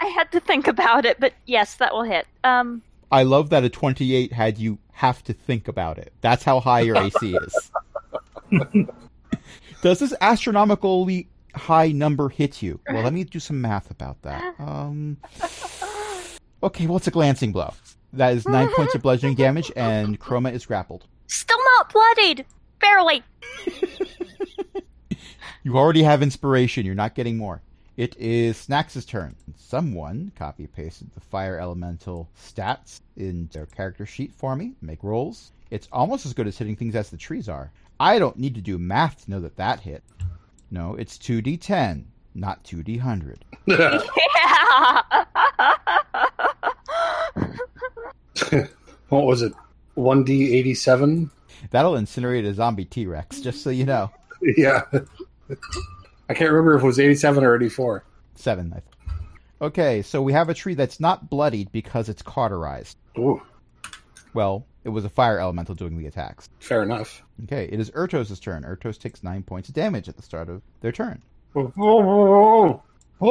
I had to think about it, but yes, that will hit. Um,
I love that a 28 had you have to think about it. That's how high your AC is. Does this astronomically high number hit you? Well, let me do some math about that. Um, okay, well, it's a glancing blow. That is nine points of bludgeoning damage, and Chroma is grappled.
still not bloodied. Barely.
You already have inspiration. You're not getting more. It is Snax's turn. Someone copy pasted the fire elemental stats in their character sheet for me. Make rolls. It's almost as good as hitting things as the trees are. I don't need to do math to know that that hit. No, it's 2d10, not 2d100.
Yeah.
what was it? 1d87?
That'll incinerate a zombie T Rex, just so you know.
Yeah. I can't remember if it was 87 or 84.
Seven, I think. Okay, so we have a tree that's not bloodied because it's cauterized.
Ooh,
Well, it was a fire elemental doing the attacks.
fair enough.
Okay, it is Ertos' turn. Ertos takes nine points of damage at the start of their turn. That's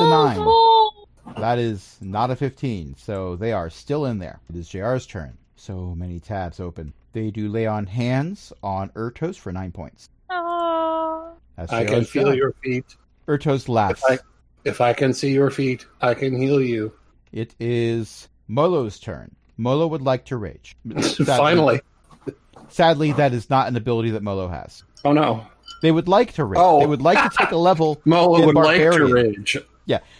Oh,
a nine. That is not a 15, so they are still in there. It is JR's turn. So many tabs open. They do lay on hands on Ertos for nine points.
Oh.
That's
I
JR's
can feel
turn.
your feet.
Ertos laughs.
If I, if I can see your feet, I can heal you.
It is Molo's turn. Molo would like to rage. Sadly-
Finally.
Sadly, that is not an ability that Molo has.
Oh no.
They would like to rage.
Oh.
They would like to take a level
Mola
Then
would like to
barbarian.
rage.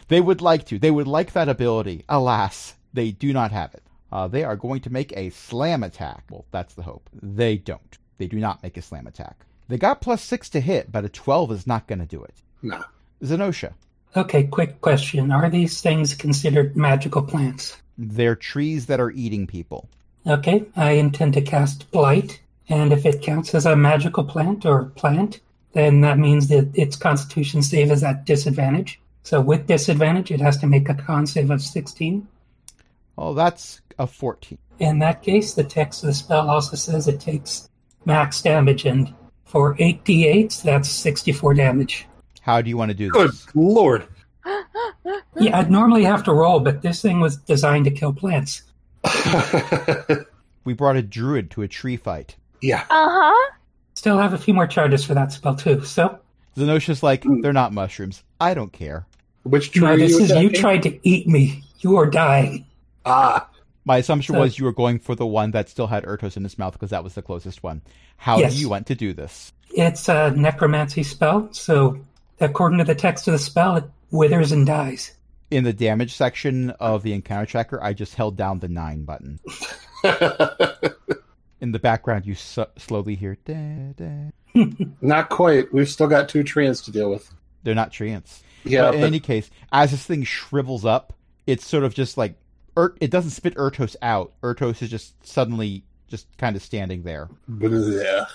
They would like to. They would like that ability. Alas, they do not have it. Uh, they are going to make a slam attack. Well, that's the hope. They don't. They do not make a slam attack. They got plus six to hit, but a 12 is not going to do it.
No.
Zenosha,
Okay, quick question. Are these things considered magical plants?
they're trees that are eating people.
Okay, I intend to cast Blight, and if it counts as a magical plant or plant, then that means that its constitution save is at disadvantage. So with disadvantage, it has to make a con save of 16.
Oh, that's a 14.
In that case, the text of the spell also says it takes max damage, and for 8d8s, that's 64 damage.
How do you want to do
Good
this?
lord.
Yeah, I'd normally have to roll, but this thing was designed to kill plants.
We brought a druid to a tree fight.
yeah.
Uh huh.
Still have a few more charges for that spell, too, so
Zenosha's like,
Hmm.
they're not mushrooms. I don't care.
Which tree
No,
are
uh, this
you
is you
attacking?
tried to eat me. You are dying.
Ah.
My assumption
So-
was you were going for the one that still had Ertos in his mouth because that was the closest one. How
Yes.
do you want to do this?
It's a necromancy spell, so according to the text of the spell, it withers and dies.
in the damage section of the encounter tracker, I just held down the nine button. In the background, you so- slowly hear. Da, da.
Not quite. We've still got two treants to deal with.
They're not treants.
Yeah.
but in
but-
any case, as this thing shrivels up, it's sort of just like er- it doesn't spit Ertos out. Ertos is just suddenly just kind of standing there.
Blech.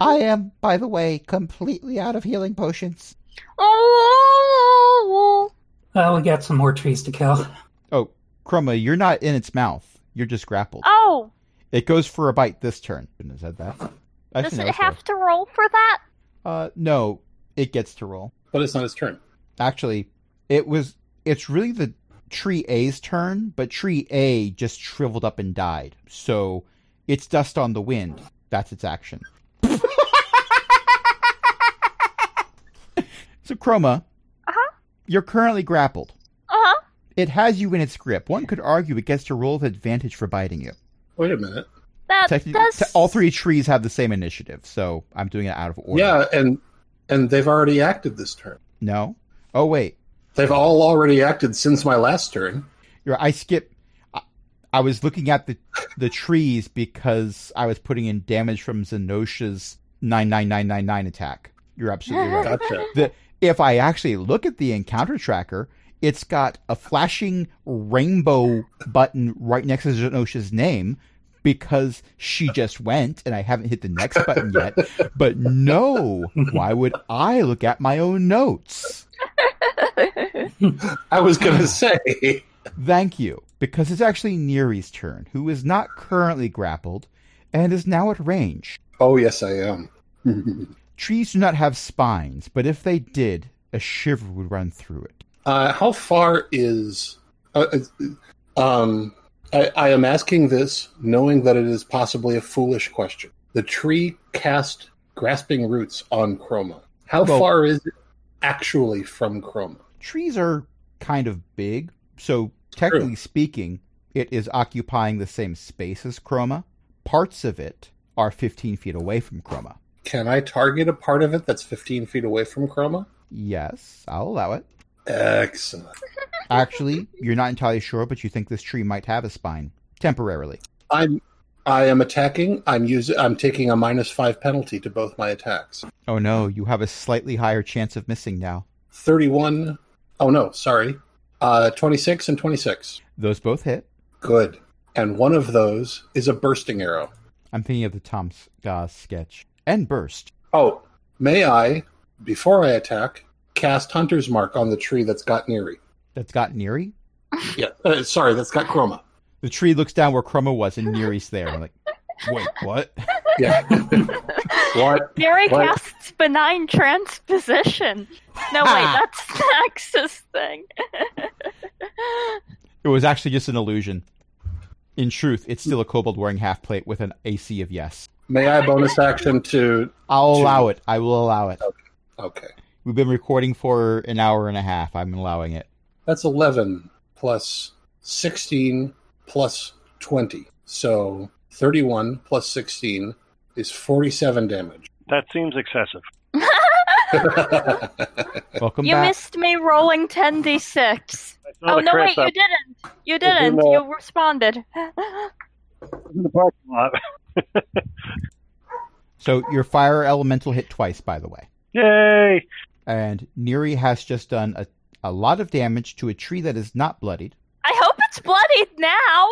I am, by the way, completely out of healing potions.
oh,
Well, we got some more trees to kill.
Oh, Chroma, you're not in its mouth. You're just grappled.
oh,
It goes for a bite this turn. Shouldn't have said that. Actually,
does
no,
it
it's
have to roll for that?
roll. Uh, no, it gets to roll.
But it's not his turn.
Actually, it was. It's really the tree A's turn, but tree A just shriveled up and died. So it's dust on the wind. That's its action. so Chroma,
Uh-huh.
you're currently grappled.
Uh huh.
It has you in its grip. One could argue it gets to roll with advantage for biting you.
Wait a minute.
That
Technically,
does.
te- all three trees have the same initiative, so I'm doing it out of order.
Yeah, and and they've already acted this turn.
No. Oh wait.
They've all already acted since my last turn.
You're, I skip. I, I was looking at the the trees because I was putting in damage from Zenosha's nine nine nine nine nine attack. You're absolutely right.
Gotcha.
The, if I actually look at the encounter tracker, it's got a flashing rainbow button right next to Zenosha's name because she just went and I haven't hit the next button yet. But no, why would I look at my own notes?
I was gonna say
Thank you, because it's actually Neri's turn, who is not currently grappled and is now at range.
Oh yes I am.
Trees do not have spines, but if they did, a shiver would run through it.
Uh, how far is? Uh, uh, um, I, I am asking this knowing that it is possibly a foolish question. The tree cast grasping roots on Chroma. How
Well-
far is it actually from Chroma?
Trees are kind of big, so technically speaking, it is occupying the same space as Chroma. Parts of it are 15 feet away from Chroma.
Can I target a part of it that's 15 feet away from Chroma?
Yes, I'll allow it.
Excellent.
Actually, you're not entirely sure, but you think this tree might have a spine temporarily.
I'm I am attacking. I'm using. I'm taking a minus five penalty to both my attacks.
Oh no, you have a slightly higher chance of missing now.
31. Oh no, sorry. Uh, 26 and 26.
Those both hit.
Good. And one of those is a bursting arrow.
I'm thinking of the Tom S- uh, sketch. And burst.
Oh, may I, before I attack, cast Hunter's Mark on the tree that's got Neri?
That's got Neri.
Yeah, uh, sorry, that's got Chroma.
The tree looks down where Chroma was, and Neri's there. I'm like, wait, what?
Yeah. what?
Gary
What?
casts benign transposition. No, wait, that's Nax's thing.
It was actually just an illusion. In truth, it's still a kobold wearing half plate with an AC of yes.
May I bonus action to?
I'll allow it. I will allow it.
Okay,
We've been recording for an hour and a half. I'm allowing it.
that's eleven plus sixteen plus twenty, so thirty-one plus sixteen is forty-seven damage.
That seems excessive.
Welcome
you
back.
missed me rolling 10d6.
It's
Oh,
not a
no,
crit,
wait, you
that's
didn't. You
didn't,
didn't.
uh,
You responded.
in the parking lot.
So your fire elemental hit twice, by the way.
Yay!
And Neri has just done a, a lot of damage to a tree that is not bloodied.
I hope it's bloodied now.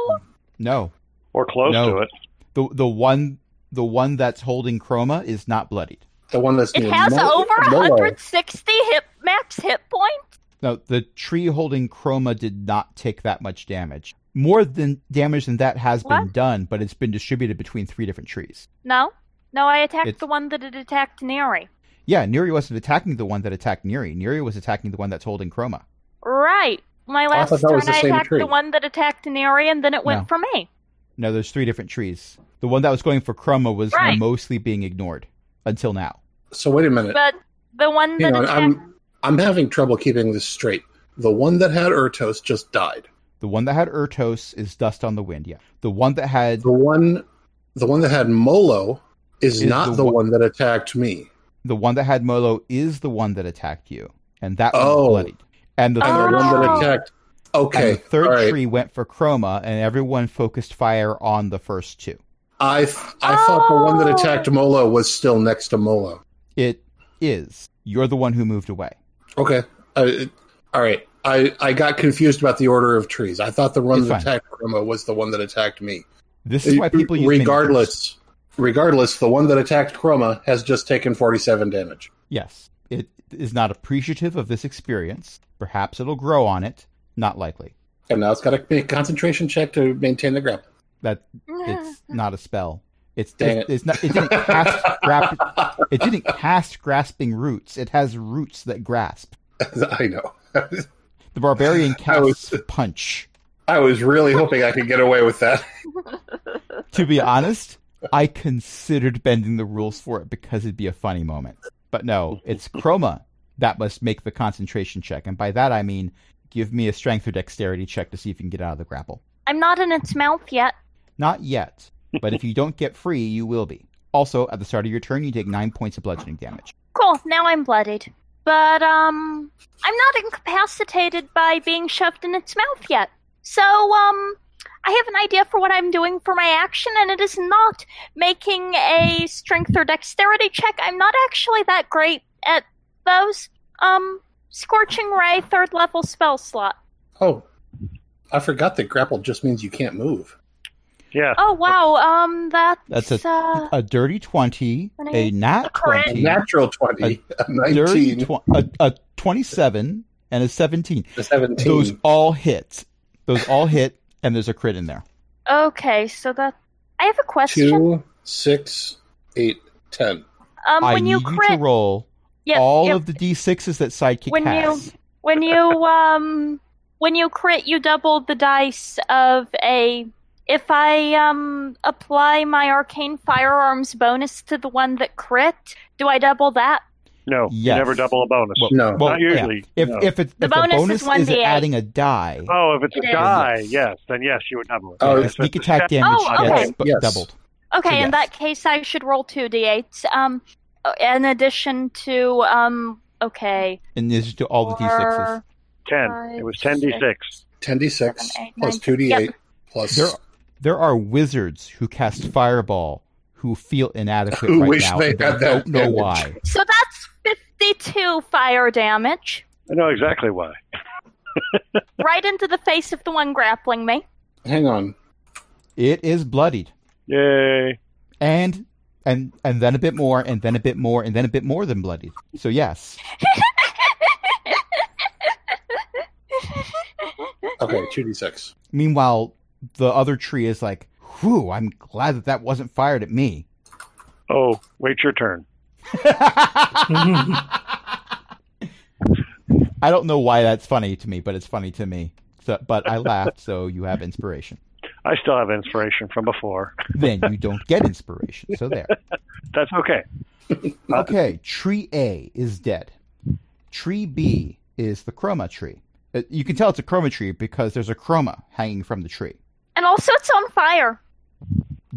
No,
Or close
No.
to it.
the the one the one that's holding Chroma is not bloodied.
The one that's
It
near
has
Mo-
over
Molo.
160 hit max hit points.
No, the tree holding Chroma did not take that much damage. More than damage than that has been
What?
done, but it's been distributed between three different trees.
No, no, I attacked
It's-
the one that had attacked Neri.
Yeah, Neri wasn't attacking the one that attacked Neri. Neri was attacking the one that's holding Chroma.
Right. My last
thought that
turn,
was the
I
same
attacked
tree.
the one that attacked Neri, and then it went
No.
for me.
No, there's three different trees. The one that was going for Chroma was
Right.
mostly being ignored until now.
So wait a minute.
But the one that
Hang on,
attacked.
I'm I'm having trouble keeping this straight. The one that had Ertos just died.
The one that had Ertos is Dust on the Wind. Yeah, the one that had
The one the one that had Molo is,
Is
not
the
the
one-
one that attacked me.
The one that had Molo is the one that attacked you, and that one was
Oh.
bloodied. And the
And
third
the one that
Oh.
tree,
attacked
and
Okay.
the third
all right.
tree went for Chroma, and everyone focused fire on the first two.
I th- I thought the one that
Oh.
attacked Molo was still next to Molo.
It is you're the one who moved away.
Okay. Uh, it- all right. I, I got confused about the order of trees. I thought the one
It's
that
fine.
attacked Chroma was the one that attacked me.
This is why people use mini dice.
Uh, regardless, regardless, the one that attacked Chroma has just taken forty-seven damage.
Yes, it is not appreciative of this experience. Perhaps it'll grow on it. Not likely.
And now it's got to make a concentration check to maintain the grapple.
That it's not a spell. It's
Dang
it's,
it.
it's not. It didn't cast grap, It didn't cast grasping roots. It has roots that grasp.
I know.
The barbarian
I was-
casts punch.
I was really hoping I could get away with that.
To be honest, I considered bending the rules for it because it'd be a funny moment. But no, it's chroma that must make the concentration check, and by that I mean give me a strength or dexterity check to see if you can get out of the grapple.
I'm not in its mouth yet.
Not yet, but if you don't get free, you will be. Also, at the start of your turn, you take nine points of bludgeoning damage.
Cool, now I'm bloodied. But, um, I'm not incapacitated by being shoved in its mouth yet. So, um, I have an idea for what I'm doing for my action, and it is not making a strength or dexterity check. I'm not actually that great at those. Um, Scorching Ray, third level spell slot.
Oh, I forgot that grapple just means you can't move.
Yeah.
Oh, wow, um, that's,
That's a-
uh,
A dirty 20, a nat
Correct.
20,
A natural twenty, a
dirty
nineteen,
tw- a, a 27, and a 17.
a seventeen.
Those all hit. Those all hit, and there's a crit in there.
okay, so that, I have a question.
two, six, eight, ten.
um,
I
when
need
you crit,
you to roll
yeah,
all
yeah,
of the d6s that sidekick
When you-
has.
when you um when you crit you double the dice of a if i um apply my arcane firearms bonus to the one that crit do i double that
No,
Yes.
you never double a bonus.
Well,
No.
well,
Not
yeah.
usually,
If
no.
if, it,
The
if
bonus
the
is
bonus is
1d8.
adding a die,
oh, if it's
It
a
is.
die, yes, then yes, you would double it.
Oh,
the
it's-
sneak attack damage
Oh, okay.
gets bu-
Yes.
doubled.
okay
So
in
yes.
that case i should roll 2d8s um in addition to um okay
And this is to all the d6s.
four,
ten.
five,
It was ten d six.
10d6
Seven, eight,
plus
nine.
2d8
Yep.
plus
There, there are wizards who cast fireball who feel inadequate
Who
right
wish
now.
they
and
had that
don't know
damage.
why.
so that's 52 fire damage
I know exactly why.
right into the face of the one grappling me
hang on
It is bloodied,
Yay!
and and and then a bit more, and then a bit more, and then a bit more than bloodied. So yes,
okay 2d6
Meanwhile, the other tree is like, whew, I'm glad that that wasn't fired at me.
Oh, wait your turn.
I don't know why that's funny to me, but it's funny to me. So, but I laughed, so you have inspiration.
I still have inspiration from before.
Then you don't get inspiration. So there.
That's okay.
Okay, tree A is dead. Tree B is the chroma tree. Uh, You can tell it's a chroma tree because there's a chroma hanging from the tree.
and also it's on fire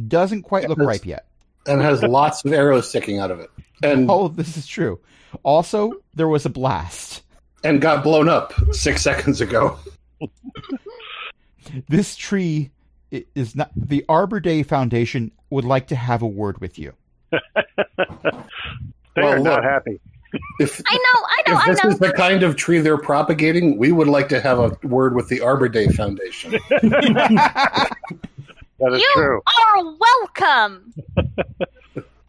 Doesn't quite look ripe yet.
and has lots of arrows sticking out of it and
All of Oh, this is true. Also, there was a blast.
and got blown up six seconds ago
this tree i- is not the Arbor Day Foundation would like to have a word with you.
They
Well,
are not
look.
happy.
if
i know i
if
know
this
i know
is the kind of tree they're propagating we would like to have a word with the arbor day foundation
That is
you
true.
are welcome.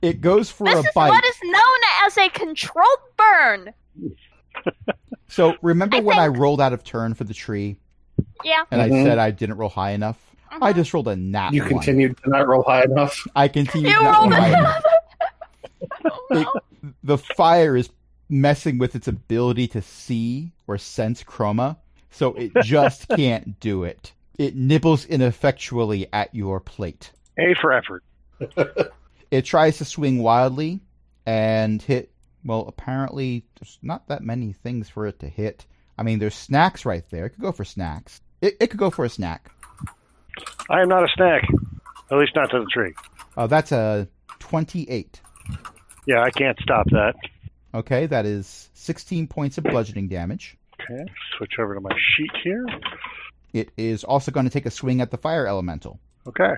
It goes for
This
a
is
bite.
what is known as a controlled burn.
so remember
I
when I
think-
rolled out of turn for the tree
Yeah.
and I
Mhm.
said I didn't roll high enough? I
Mhm.
just rolled a nat
you
one.
continued to not roll high enough
I continued
You
not
rolled
high
a-
enough.
Well,
The fire is messing with its ability to see or sense chroma, so it just can't do it. It nibbles ineffectually at your plate.
A for effort.
It tries to swing wildly and hit. Well, apparently, there's not that many things for it to hit. I mean, there's snacks right there. It could go for snacks. It, it could go for a snack.
I am not a snack. At least not to the tree.
Uh, that's a 28.
Yeah, I can't stop that.
Okay, that is 16 points of bludgeoning damage.
Okay, switch over to my sheet here.
It is also going to take a swing at the fire elemental.
Okay.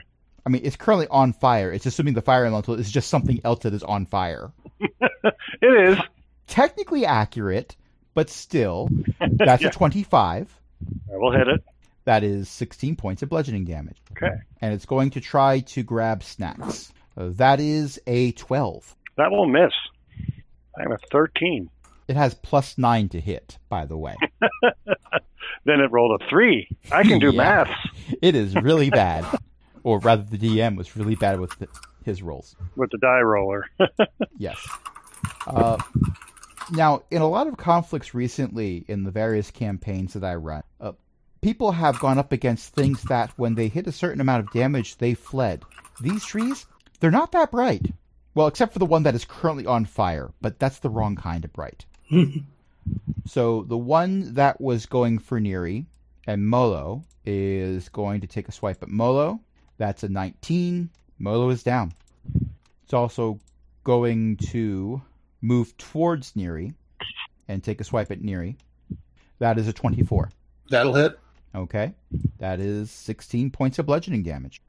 I mean, it's currently on fire. It's assuming the fire elemental is just something else that is on fire.
It is.
Technically accurate, but still, that's
Yeah.
a 25.
I will hit it.
That is 16 points of bludgeoning damage.
Okay.
And it's going to try to grab snacks. Uh, that is a 12.
That will miss. I'm a 13.
It has plus 9 to hit, by the way.
Then it rolled a 3. I can do
Yeah.
math.
It is really bad. Or rather, the DM was really bad with the, his rolls.
with the die roller.
Yes. Uh, now, in a lot of conflicts recently in the various campaigns that I run, uh, people have gone up against things that when they hit a certain amount of damage, they fled. These trees, they're not that bright. Well, except for the one that is currently on fire, but that's the wrong kind of bright. So the one that was going for Neri and Molo is going to take a swipe at Molo. That's a 19. Molo is down. It's also going to move towards Neri and take a swipe at Neri. That is a 24.
That'll hit.
Okay. That is 16 points of bludgeoning damage.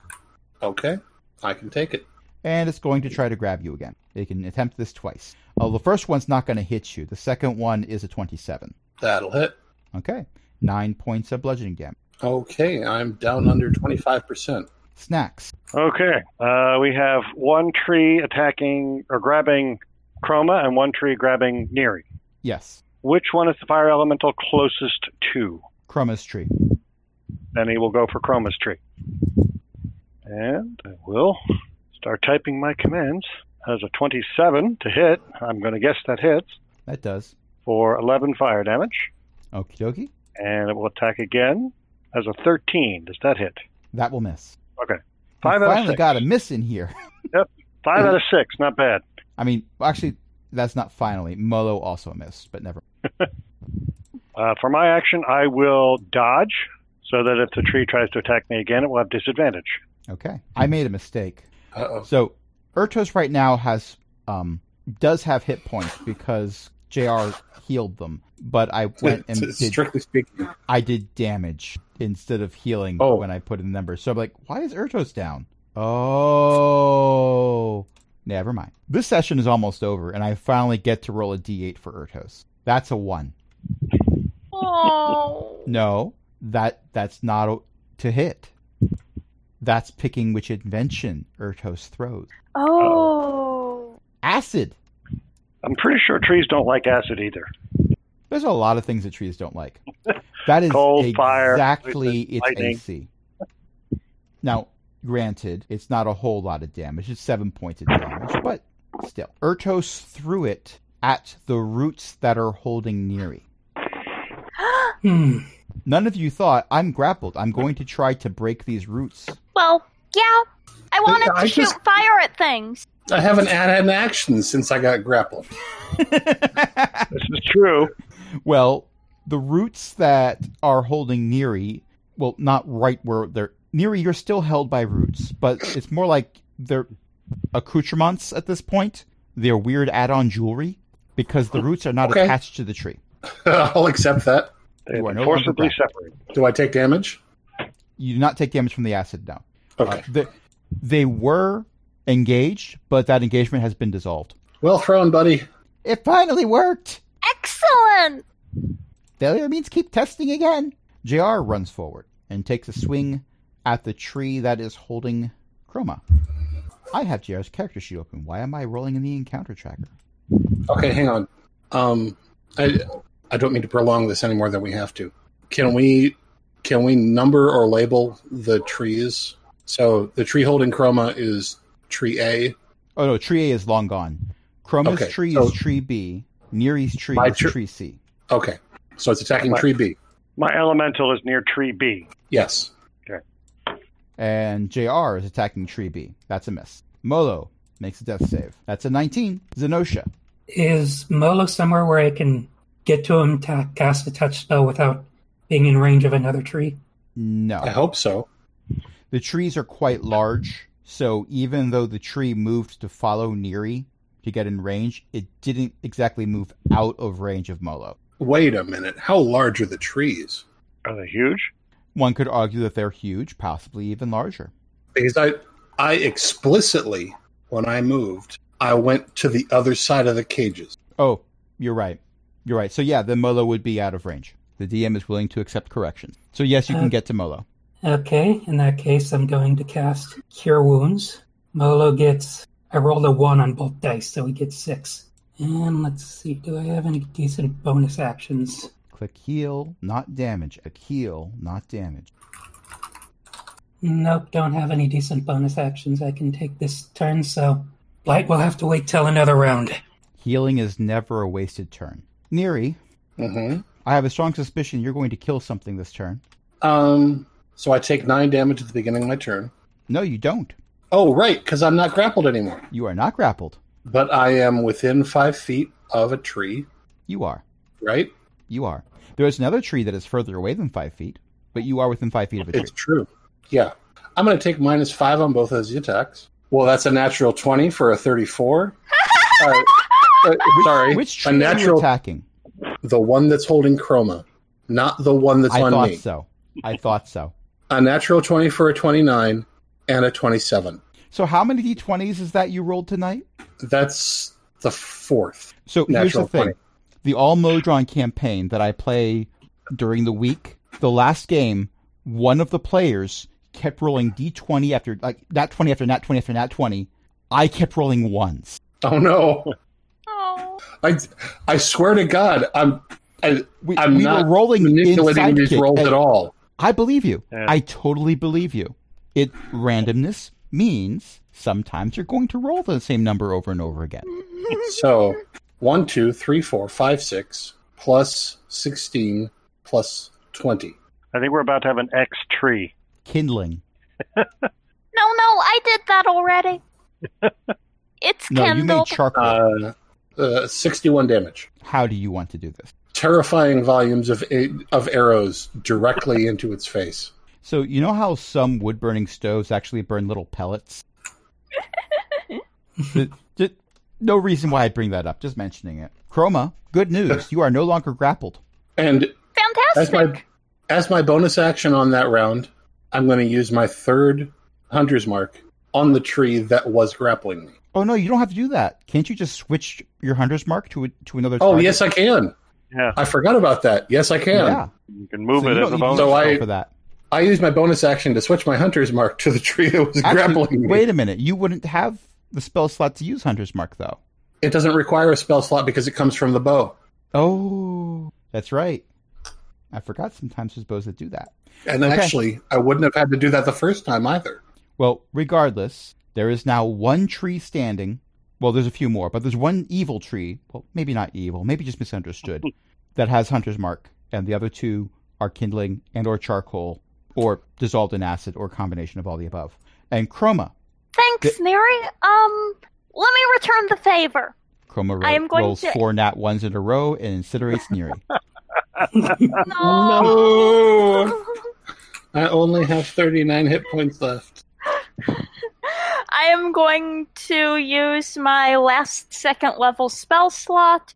Okay. I can take it.
And it's going to try to grab you again. It can attempt this twice. Uh, the first one's not going to hit you. The second one is a 27.
That'll hit.
Okay. Nine points of bludgeoning damage.
Okay. I'm down under 25%.
Snacks.
okay. Uh, we have one tree attacking or grabbing Chroma and one tree grabbing Neri.
Yes.
Which one is the fire elemental closest to?
Chroma's tree.
Then he will go for Chroma's tree. And I will start typing my commands. Has a 27 to hit. I'm going to guess that hits
That does.
for 11 fire damage.
Okie dokie.
And it will attack again. Has a 13. Does that hit?
That will miss.
Five
we
out of
finally
six.
got a miss in here.
Five out of six. Not bad.
I mean, actually, that's not finally. Molo also missed, but never.
Uh, for my action, I will dodge so that if the tree tries to attack me again, it will have disadvantage.
Okay. I made a mistake.
Uh oh.
So Ertos right now has um does have hit points because JR healed them, but I went and did,
Strictly speaking,
I did damage instead of healing
Oh.
when I put in the numbers. So I'm like, why is Ertos down? Oh, never mind. This session is almost over, and I finally get to roll a d8 for Ertos. That's a one.
Oh.
No, that that's not a, to hit. That's picking which invention Ertos throws.
Oh.
Acid.
I'm pretty sure trees don't like acid either.
There's a lot of things that trees don't like. That is
Cold, fire,
exactly
resistance,
its
lightning.
AC. Now, granted, it's not a whole lot of damage. It's seven points of damage, but still. Ertos threw it at the roots that are holding Neri.
Hmm.
None of you thought, I'm grappled. I'm going to try to break these roots.
Well, yeah. I wanted
I
to shoot
just-
fire at things.
I haven't had an action since I got grappled.
This is true.
Well, the roots that are holding Neri, well, not right where they're Neri, you're still held by roots, but it's more like they're accoutrements at this point. They're weird add-on jewelry because the roots are not
Okay.
attached to the tree.
I'll accept that.
They
You are no
forcibly
longer
separate.
Do I take damage?
You do not take damage from the acid now.
Okay.
they, they were engaged, but that engagement has been dissolved.
Well thrown, buddy.
It finally worked.
Excellent.
Failure means keep testing again. JR runs forward and takes a swing at the tree that is holding Chroma. I have JR's character sheet open. Why am I rolling in the encounter tracker?
Okay, hang on. Um, I I don't mean to prolong this any more than we have to. Can we can we number or label the trees? So the tree holding chroma is tree A.
Oh no, tree A is long gone. Chroma's
Okay,
tree
so-
is tree B. Neri's tree
My
is
tr-
tree C.
Okay, so it's attacking tree B.
My elemental is near tree B.
Yes.
And JR is attacking tree B. That's a miss. Molo makes a death save. That's a 19. Zenosha.
Is Molo somewhere where I can get to him to cast a touch spell without being in range of another tree?
No.
I hope so.
The trees are quite large, so even though the tree moved to follow Neri to get in range, it didn't exactly move out of range of Molo.
Wait a minute. How large are the trees?
Are they huge?
One could argue that they're huge, possibly even larger.
Because I I explicitly when I moved, I went to the other side of the cages.
Oh, you're right. You're right. So yeah, the Molo would be out of range. The The DM is willing to accept corrections. So yes, you
Uh,
can get to Molo.
Okay, in that case, I'm going to cast Cure Wounds. Molo gets. I rolled a one on both dice, so he gets six. And let's see, do I have any decent bonus actions?
Click heal, not damage. Click heal, not damage.
Nope, don't have any decent bonus actions I can take this turn, so Blight will have to wait till another round.
Healing is never a wasted turn. Neri,
hmm
I have a strong suspicion you're going to kill something this turn.
Um, so I take nine damage at the beginning of my turn.
No, you don't.
Oh, right, because I'm not grappled anymore.
You are not grappled.
But I am within five feet of a tree,
You are.
right?
You are. There is another tree that is further away than five feet, but you are within five feet of a tree.
It's true. Yeah. I'm going to take minus five on both those attacks. Well, that's a natural 20 for a 34. Uh, uh, sorry.
Which
a
tree are you
natural,
attacking?
the one that's holding chroma, not the one that's
I
on
thought
me.
so. I thought so.
A natural 20 for a 29 and a 27.
So how many d20s is that you rolled tonight?
That's the fourth.
So here's the
Natural
thing.
20.
The All Modron campaign that I play during the week, the last game, one of the players kept rolling d20 after, like, nat 20 after nat 20 after nat 20. I kept rolling ones.
Oh, no.
Oh,
I, I swear to God, I'm, I,
We,
I'm
we
not
were rolling
manipulating
inside
these
kick
rolls
and-
at all.
I believe you.
Yeah.
I totally believe you. It randomness means sometimes you're going to roll the same number over and over again.
So one, two, three, four, five, six, plus sixteen, plus twenty.
I think we're about to have an X tree.
Kindling.
no, no, I did that already. it's
No, you
Kindle.
made charcoal.
Uh, uh, Sixty-one damage.
How do you want to do this?
Terrifying volumes of a- of arrows directly into its face.
So you know how some wood burning stoves actually burn little pellets? Th- th- no reason why I bring that up, just mentioning it. Chroma, good news. You are no longer grappled.
And as
Fantastic.
my as my bonus action on that round, I'm going to use my third hunter's mark on the tree that was grappling me.
Oh no, you don't have to do that. Can't you just switch your hunter's mark to a, to another
Oh,
target?
yes, I can.
Yeah,
I forgot about that. Yes, I can.
Yeah.
you can move
So
it
you
as
don't
a
need to
bonus.
So
roll
I-
for that.
I used my bonus action to switch my hunter's mark to the tree that was
Actually,
grappling me.
Wait a minute. You wouldn't have the spell slot to use Hunter's Mark, though.
It doesn't require a spell slot because it comes from the bow.
Oh, that's right. I forgot sometimes there's bows that do that.
And
Okay.
actually, I wouldn't have had to do that the first time either.
Well, regardless, there is now one tree standing. Well, there's a few more, but there's one evil tree. Well, maybe not evil, maybe just misunderstood, that has Hunter's Mark, and the other two are kindling and or charcoal or dissolved in acid or a combination of all the above. And Chroma.
Thanks, Neri. Um, let me return the favor.
Chroma ro-
I am going
rolls
to-
four nat ones in a row and incinerates Neri. Oh,
No.
Oh. I only have 39 hit points left.
I am going to use my last second level spell slot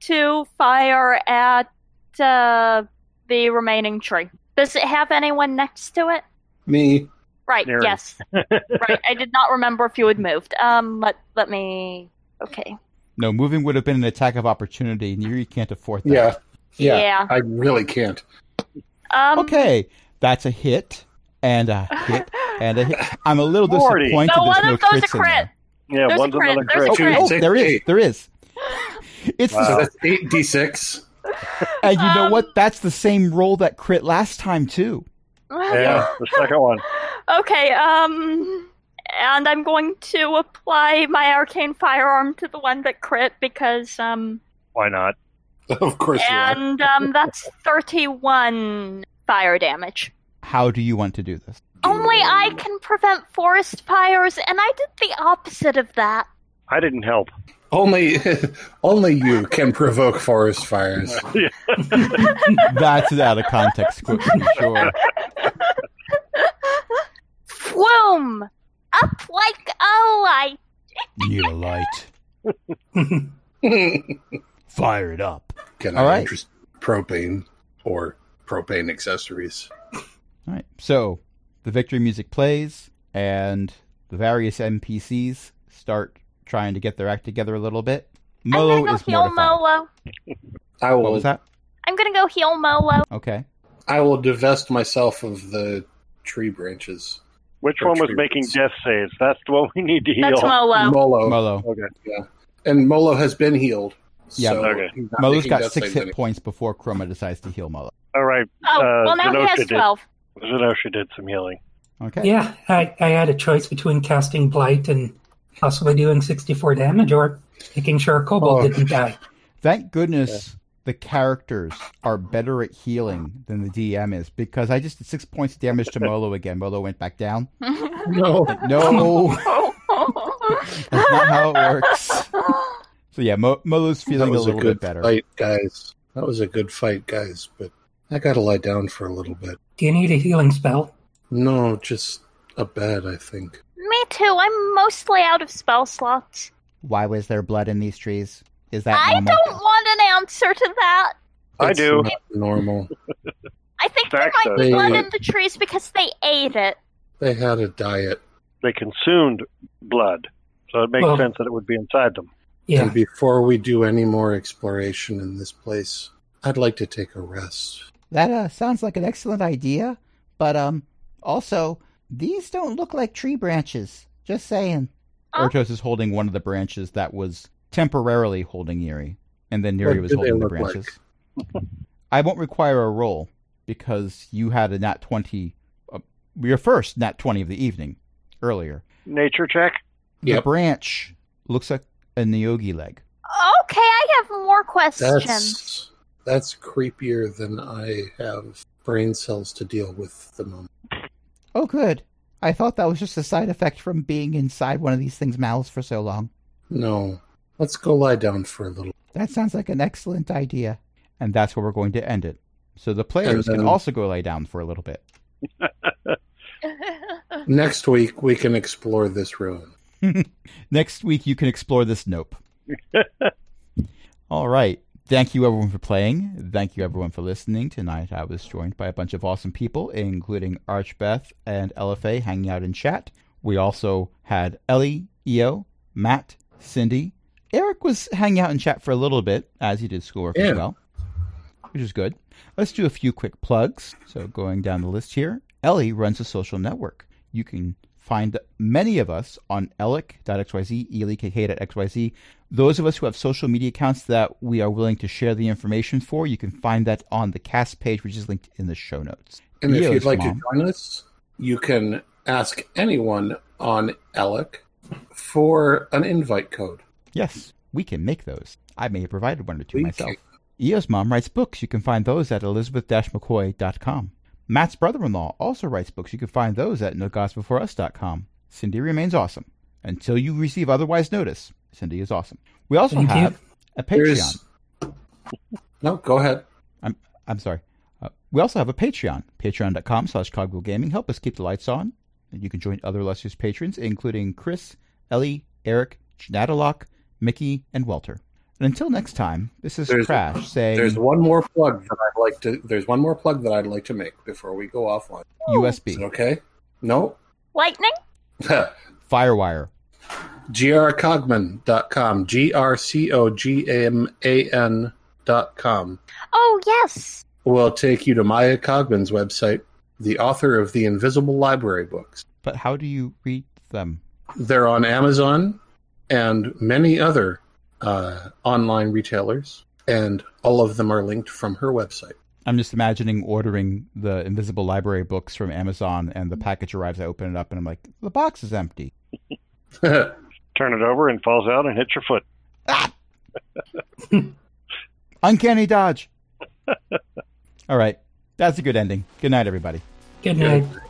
to fire at uh, the remaining tree. Does it have anyone next to it?
Me.
Right.
There it
Yes. right. I did not remember if you had moved. Um. Let Let me. Okay.
No, moving would have been an attack of opportunity. and you can't afford that.
Um,
Yeah. Yeah.
Yeah.
I really can't.
Um,
Okay, that's a hit and a hit and a hit. I'm a little
Forty.
disappointed.
No,
there's
one
no
of those
crits
are
in there.
Yeah,
There's a
one's
crit,
another
there's a
crit.
Two,
crit.
Oh,
six,
there is.
eight.
There is. It's the-
So
Wow.
that's 8d6.
and you know
Um,
what? That's the same roll that crit last time too.
Yeah, the second one.
Okay, um, and I'm going to apply my arcane firearm to the one that crit because, um,
Why not?
Of course you are.
and um, that's 31 fire damage.
How do you want to do this?
Only I can prevent forest fires, and I did the opposite of that.
I didn't help.
Only, only you can provoke forest fires.
That's an out of context quote for sure.
Floom! Up like a light.
Need a light.
That's
Fire it up.
Can
All
I
right.
interest propane or propane accessories?
All right. So the victory music plays, and the various NPCs start trying to get their act together a little bit.
I'm
Molo
gonna go
is
heal
mortified.
Molo.
I
What
will
was that?
I'm gonna go heal Molo.
Okay.
I will divest myself of the tree branches.
Which
Or
one was
tree
making
roots.
death saves? That's the one we need to heal.
That's Molo.
Molo.
Molo.
okay.
And Molo has been healed.
Yeah.
so
Okay.
he's not
Molo's
making
got
death
six
saves
hit
anymore.
points before Chroma decides to heal Molo.
All right.
Oh,
Uh,
well, now
Zenosha
he has
did.
12.
Zenosha did some healing.
Okay.
Yeah, I, I had a choice between casting Blight and possibly doing 64 damage or making sure Cobalt
Oh.
didn't die.
Thank goodness the characters are better at healing than the DM is because I just did six points of damage to Molo again. Molo went back down.
No.
No, that's not how it works. So yeah, Mo- Molo's
That
feeling a
was a
little bit
good
better.
fight, guys. That was a good fight, guys. But I gotta lie down for a little bit.
Do you need a healing spell?
No, just a bed, I think.
Me too. I'm mostly out of spell slots.
Why was there blood in these trees? Is that
I
normal?
don't want an answer to that.
I
That's
do.
Not normal.
I think there
Fact,
might be
though.
blood in the trees because they ate it.
They had a diet,
They consumed blood, so it makes
Well-
sense that it would be inside them.
Yeah.
and before we do any more exploration in this place, I'd like to take a rest.
That uh, sounds like an excellent idea, but um, also these don't look like tree branches. Just saying.
Huh?
Ortos is holding one of the branches that was temporarily holding Neri, and then Neri
What
was
do they
holding the
look like?
branches. I won't require a roll because you had a nat twenty, uh, your first nat twenty of the evening earlier.
Nature check.
The
Yep.
branch looks like a Nyogi leg.
Okay, I have more questions.
That's that's creepier than I have brain cells to deal with at the moment.
Oh, good. I thought that was just a side effect from being inside one of these things' mouths for so long.
No. Let's go lie down for a little.
That sounds like an excellent idea. And that's where we're going to end it. So the players
And,
can
um,
also go lay down for a little bit.
Next week we can explore this ruin.
Next week, you can explore this nope. All right. Thank you, everyone, for playing. Thank you, everyone, for listening. Tonight, I was joined by a bunch of awesome people, including Archbeth and LFA hanging out in chat. We also had Ellie, Eo, Matt, Cindy. Eric was hanging out in chat for a little bit, as he did schoolwork
Yeah.
as well, which is good. Let's do a few quick plugs. So, going down the list here, Ellie runs a social network. You can find many of us on elic.xyz, elikk.xyz. Those of us who have social media accounts that we are willing to share the information for, you can find that on the cast page, which is linked in the show notes.
And if
Leo's
you'd like
mom.
to join us, you can ask anyone on Alec for an invite code.
Yes, we can make those. I may have provided one or two
We
myself.
can.
Eo's mom writes books. You can find those at elizabeth-mccoy.com. Matt's brother-in-law also writes books. You can find those at nogodsbeforeus.com. Cindy remains awesome. Until you receive otherwise notice, Cindy is awesome. We also
Thank you.
have a Patreon.
There's- No, go ahead.
I'm sorry. Uh, we also have a Patreon, patreon.com slash Cogwheel Gaming. Help us keep the lights on. And you can join other illustrious patrons, including Chris, Ellie, Eric, Natalock, Mickey, and Walter. And until next time, this is
There's-
Crash saying
There's one more plug that I'd like to there's one more plug that I'd like to make before we go offline. Is it
USB,
okay? No?
Lightning?
Firewire,
grcogman.com. G R C O G A M A N dot com.
Oh, yes.
will take you to Maya Cogman's website, the author of the Invisible Library books.
But how do you read them?
They're on Amazon and many other uh, online retailers, and all of them are linked from her website.
I'm just imagining ordering the Invisible Library books from Amazon, and the package arrives. I open it up, and I'm like, the box is empty.
Turn it over and falls out and hits your foot.
Uncanny dodge. All right, that's a good ending. Good night, everybody.
Good night.